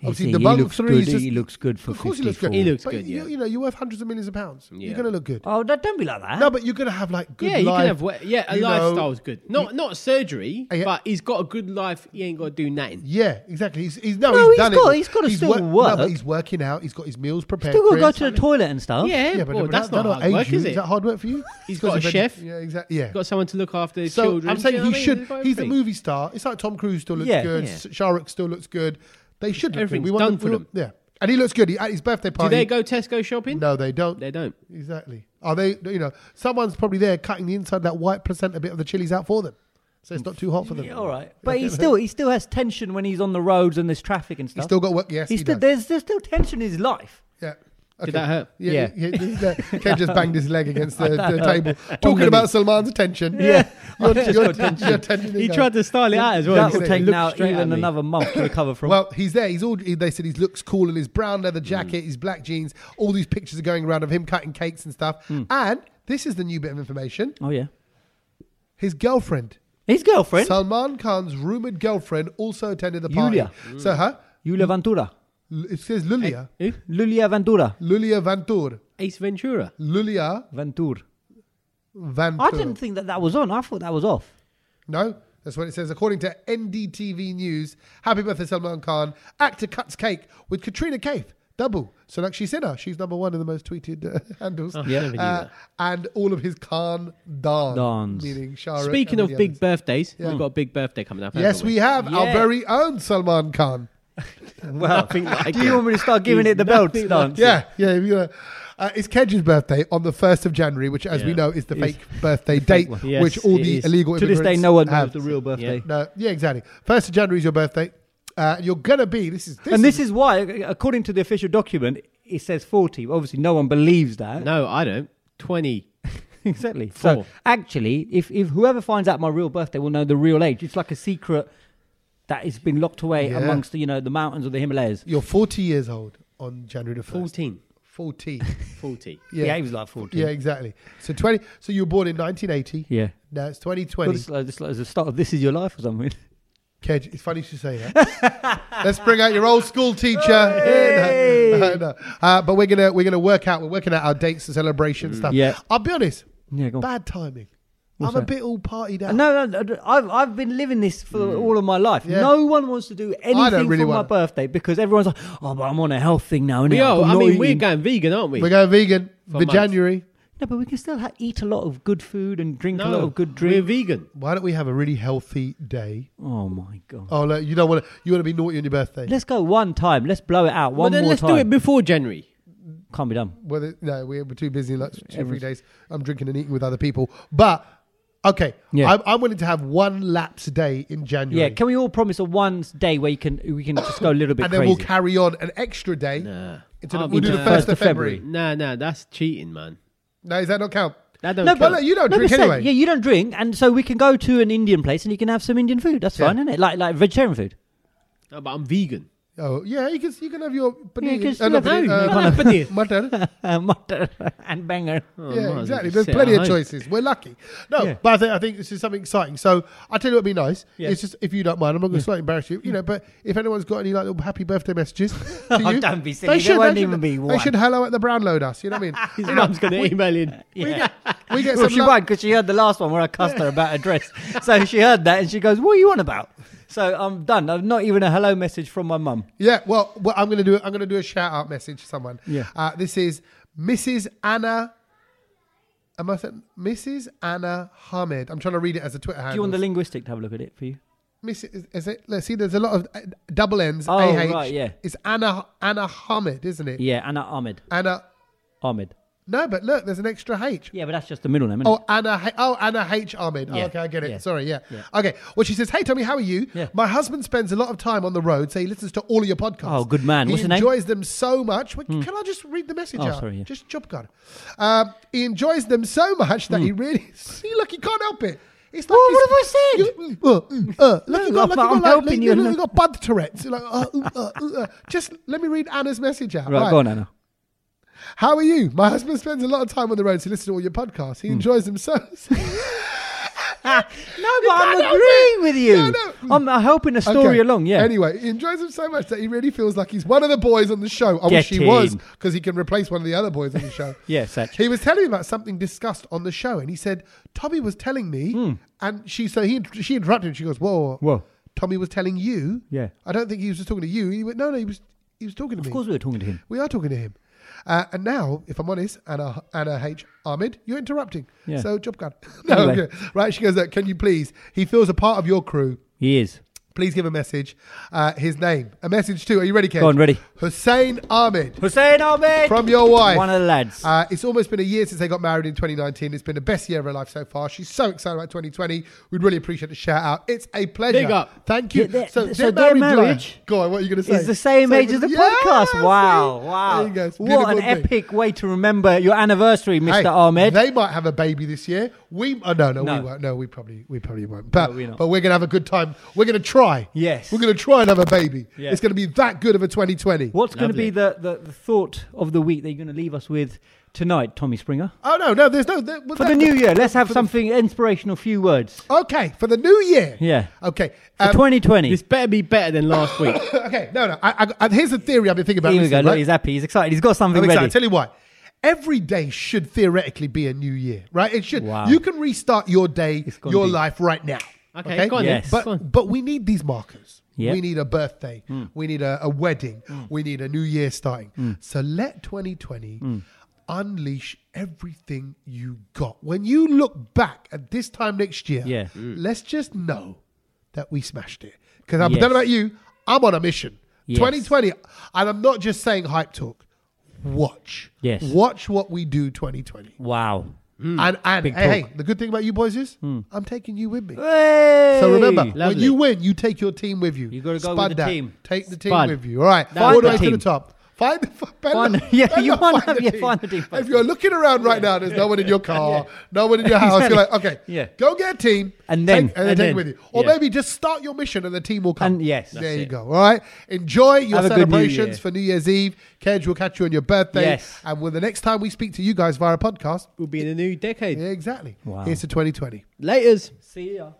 Obviously,
he-
the
he
bung
looks
three is
good-
just-
he looks good for
Of course, he looks good.
54.
He looks
But
good,
You,
yeah.
you know, you have hundreds of millions of pounds. You're
Yeah.
going to look good.
Oh, don't don't be like that.
No, but you're going to have like good
yeah, you
life,
can have. we- Yeah, a
you know.
lifestyle's good. Not not surgery,
Yeah.
but he's got a good life. He ain't got to do nothing.
Yeah, exactly. He's, he's no,
No,
he's,
he's
done
got-
it.
he's gotta still
wor- No, but
work.
he's working out. He's got his meals prepared.
Still
for
got to go
him.
to the toilet and stuff.
Yeah,
Oh, Yeah, but,
well,
but
that's
that,
not
age
hard work,
you.
is it?
that hard work for you?
He's
got
got a
his
chef.
Yeah, exactly. Yeah.
Got someone to look after his
So
children.
I'm
do
saying
you
he
know what I mean?
should.
It's like
He's a
everything.
movie star. It's like Tom Cruise still looks
Yeah.
good.
Yeah.
Shahrukh still looks good. They should. Look good.
Everything's
We want
done
them-
for
we
them.
want- Yeah. and he looks good. He, at his birthday
Do
party.
they go Tesco shopping?
No, they don't.
They don't.
Exactly. Are they? You know, someone's probably there cutting the inside of that white placenta bit of the chilies out for them, so it's not too hot for them.
Yeah,
(laughs)
all right, but (laughs) he still he still has tension when he's on the roads and there's traffic and stuff.
still got work- yes,
he's
he
still,
does.
there's there's still tension in his life.
Yeah. Okay.
that hurt?
Yeah. yeah.
Yeah.
yeah, yeah. Ken just banged his leg
(laughs)
against the, the table. Talking
minute.
about Salman's attention.
Yeah. (laughs)
Your,
Just
your,
got tension.
your tension.
He tried to style it out as well.
That
He
will
said,
take
"Look
now
straight at
even
me."
another month to recover from.
Well, he's there. He's all. he- They said he looks cool in his brown leather
Mm.
jacket, his black jeans. All these pictures are going around of him cutting cakes and stuff.
Mm.
And this is the new bit of information:
oh yeah,
his girlfriend,
his girlfriend
Salman Khan's rumored girlfriend, also attended the party.
Yulia.
So her,
Yulia Ventura,
L- it says Lulia,
Who?
Lulia Ventura,
Lulia Vantur,
Ace Ventura.
Lulia
Ventur.
Vantur.
I didn't think that that was on. I thought that was off.
No, that's what it says. According to NDTV News, happy birthday Salman Khan. Actor cuts cake with Katrina Kaif. Double. Sonakshi Sinha. She's number one in the most tweeted uh, (laughs) handles. Uh,
yeah. Oh, Never knew that.
and all of his Khan dan.
Dans.
Meaning Shah Rukh
Speaking
and
of
the
big
others.
birthdays,
Yeah.
we've got a big birthday coming up.
Yes,
haven't
we have our
Yeah.
very own Salman Khan.
Well, (laughs) do you want me to start giving it the belt
(laughs)
stance?
Yeah, yeah. if you wanna- uh, it's Kedge's birthday on the 1st of January, which, as we
Yeah.
know, is the
Is
fake birthday date,
one. Yes,
which all
it
the
is.
illegal
To this day,
immigrants
no one knows
have.
the real birthday.
No, yeah, exactly. First of January is your birthday. Uh, you're gonna be. This is. This
And this is why, according to the official document, it says 40. Obviously, no one believes that.
No, I don't. 20.
(laughs) exactly. So
Four.
actually, if, if whoever finds out my real birthday will know the real age, it's like a secret that has been locked away
Yeah.
amongst the, you know the mountains of the Himalayas.
You're 40 years old on January the 1st. (laughs)
14.
40.
40.
Yeah.
Yeah, he was like 40.
Yeah, exactly. So 20. So you were born in 1980.
Yeah.
Now it's
Well,
2020.
this, is like, this is like the start of This Is Your Life or something. (laughs)
Kedge, it's funny you should say that. (laughs) Let's bring out your old school teacher. Yeah, (laughs) no, no, no. Uh, but we're gonna we're gonna work out. We're working out our dates and celebration stuff.
Yeah.
I'll be honest.
Yeah, go on.
Bad timing.
What's
I'm a
that?
bit all partied out.
No, no, no, I've, I've been living this for all of my life.
Yeah.
No one wants to do anything
really
for my
want-
birthday because everyone's like, oh, but I'm on a health thing now.
We
now.
are.
I'm
I
not
mean, we're
eating."
going vegan, aren't we?
We're going vegan
For
for
months.
January.
No, but we can still ha- eat a lot of good food and drink a lot
no,
of good
we're
drink.
vegan.
Why don't we have a really healthy day?
oh my god!
Oh, look, you don't want to. You want to be naughty on your birthday.
Let's go one time. Let's blow it out
Well,
one
then
more
let's
time.
do it before January.
Can't be done.
Well, th- no, we're we're too busy. Like two, three days, I'm drinking and eating with other people. But okay,
Yeah.
I'm, I'm willing to have one lapse day in January.
Yeah, can we all promise a one day where you can we can just go a little bit
and then
crazy?
we'll carry on an extra day.
Nah.
Into the,
I'll
we'll
be
do the
down.
first of
First of
February.
February.
Nah, nah, that's cheating, man.
No, does that not count?
That don't
No,
count.
But look, you don't
No,
drink
but say-
anyway.
Yeah, you don't drink, and so we can go to an Indian place and you can have some Indian food. That's
Yeah.
fine, isn't it? Like like vegetarian food.
No, but I'm vegan.
Oh, yeah, you can you can have your
you
paneer.
can
uh,
still
not
have-
paneer,
no,
uh,
you can't
(laughs)
have (laughs)
paneer.
Mutton.
Uh, mutton and banger.
Oh, might as
Yeah,
well
exactly.
just
There's
sit at
plenty of
home.
choices. We're lucky. No, but I think, I think this is something exciting. So I tell you what'd be nice.
Yeah.
It's just if you don't mind, I'm not going to slightly embarrass you. You know, but if anyone's got any like little happy birthday
(laughs)
messages, to
Oh,
you,
don't be silly.
They
There
should,
won't
they should-
even be
They
one.
should hello at the brown load us. You know what I mean?
(laughs)
(laughs) His mum's going to email in.
Yeah.
We get
Well,
some.
she
lo-
won't because she heard the last one where I cussed her about a dress. So she heard that and she goes, "What are you on about?" So I'm done. I've not even a hello message from my mum.
Yeah. Well, well, I'm going to do. I'm going to do a shout out message to someone.
Yeah.
Uh, this is Mrs. Anna. Am I saying Mrs. Anna Hamid? I'm trying to read it as a Twitter handle.
Do you want the linguistic to have a look at it for you?
Miss, is, is it? Let's see. There's a lot of uh, double N's.
Oh,
AH.
right, yeah.
It's Anna Anna Hamid, isn't it?
Yeah, Anna Ahmed.
Anna.
Ahmed.
No, but look, there's an extra H.
Yeah, but that's just the middle name. Isn't
Oh, Anna. H- Oh, Anna H. Ahmed. Oh,
Yeah,
okay, I get it.
yeah.
Sorry, yeah.
Yeah.
Okay. Well, she says, "Hey, Tommy, how are you?
Yeah.
My husband spends a lot of time on the road, so he listens to all of your podcasts.
Oh, good man.
He
What's her name? Hmm.
enjoys them so much. Well, Can I just read the message
Oh,
out?
sorry, yeah.
Just job card. Um, he enjoys them so much that he really. (laughs) See, look, he can't help it. It's like
Well,
he's-
Hmm. what have I said?
You, mm, uh, mm, uh. Look,
No,
you got, look, you
I'm-
got,
I'm
like,
helping
look,
you.
you know, you got bud Tourette's. You're like, uh, ooh, uh, ooh, uh. Just let me read Anna's message out.
it? Right, go on, Anna.
How are you? My husband spends a lot of time on the road to listen to all your podcasts.
Hmm.
He enjoys them so.
No, but I'm
can't help
agreeing with you.
No, no.
I'm uh, helping the story
Okay.
along. Yeah.
Anyway, he enjoys them so much that he really feels like he's one of the boys on the show. I wish
Get
he was
in.
because he can replace one of the other boys on the
(laughs)
show.
Yeah, Satch.
He was telling me about something discussed on the show, and he said Tommy was telling me, and she so he she interrupted. Him, she goes, "Whoa,
Hmm. Whoa.
Tommy was telling you.
Yeah.
I don't think he was just talking to you. He went, no, no, he was he was talking to me.
Of course, we were talking to him.
We are talking to him. Uh, and now, if I'm honest, Anna, Anna H. Ahmed, you're interrupting.
Yeah.
So, job card. (laughs) no,
Anyway.
okay. Right, she goes, Look, can you please? He feels a part of your crew.
He is.
please give a message. Uh, his name. A message too. Are you ready, Kev?
Go on, ready.
Hussein Ahmed.
Hussein Ahmed
From your wife.
One of the lads.
Uh, it's almost been a year since they got married in 2019. It's been the best year of her life so far. She's so excited about 2020. We'd really appreciate the shout out. It's a pleasure.
Big up.
Thank you.
Yeah, their-
so,
th-
their
so their
married life-
marriage
Go on, what are you going to say?
It's the same age as the
Yeah, see?
podcast. Wow, wow.
There you go. It's a
What an
beautiful thing.
epic way to remember your anniversary, Mr.
Hey,
Ahmed.
They might have a baby this year. We oh, no, no,
No.
we won't. No, we probably we probably won't. But
No, we're not.
but we're gonna have a good time. We're gonna try.
Yes.
we're gonna try and have a baby.
Yeah.
It's gonna be that good of a 2020.
What's going to
Lovely.
be the, the, the thought of the week that you're going to leave us with tonight, Tommy Springer?
Oh no, no, there's no there, well,
For
that-
the new year, let's have
for the-
something inspirational, few words.
okay, for the new year.
Yeah.
Okay.
For
um,
2020.
This better be better than last week.
okay. No, no. I, I, I- here's the theory I've been thinking about.
Here we go.
recently,
Look,
right?
he's happy. He's excited. He's got something
I'm
ready.
excited. Tell you what. Every day should theoretically be a new year, right? It should.
Wow.
You can restart your day,
It's gone
your
deep.
life right now.
Okay, go on
then. Yes.
But
Go on.
but we need these markers.
Yeah.
We need a birthday.
Hmm.
We need a, a wedding. We need a new year starting. So let 2020
Hmm.
unleash everything you got. When you look back at this time next year,
Yeah.
let's just know that we smashed it. Because I am
Yes.
don't know about you, I'm on a mission.
Yes.
2020, and I'm not just saying hype talk. Watch.
Yes.
Watch what we do 2020.
wow.
And, and
Big
hey,
talk. Hmm.
hey, the good thing about you boys is I'm taking you with me.
Hey!
So remember, when
Lovely.
you win, you take your team with you.
You gotta go
Spud
with the
that.
team.
Take the team
Spud.
with you. All right.
That's
All the
the
way to the
team.
top. Find the
Find- yeah, you wanna have- yeah, find the team
If
first.
you're looking around right now, there's no one
(laughs)
in your car, no one in your house. You're like, okay,
Yeah.
go get a team,
And then-
take, and, then take it
and then,
with you, or
yeah.
maybe just start your mission and the team will come.
And yes,
there
that's
you
it.
go. All right, enjoy your
Have a good New
celebrations
Year.
for New Year's Eve. Kedge will catch you on your birthday.
Yes.
and when the next time we speak to you guys via a podcast,
We'll be in a new decade.
yeah, exactly.
Wow.
Here's to 2020.
Laters.
See ya.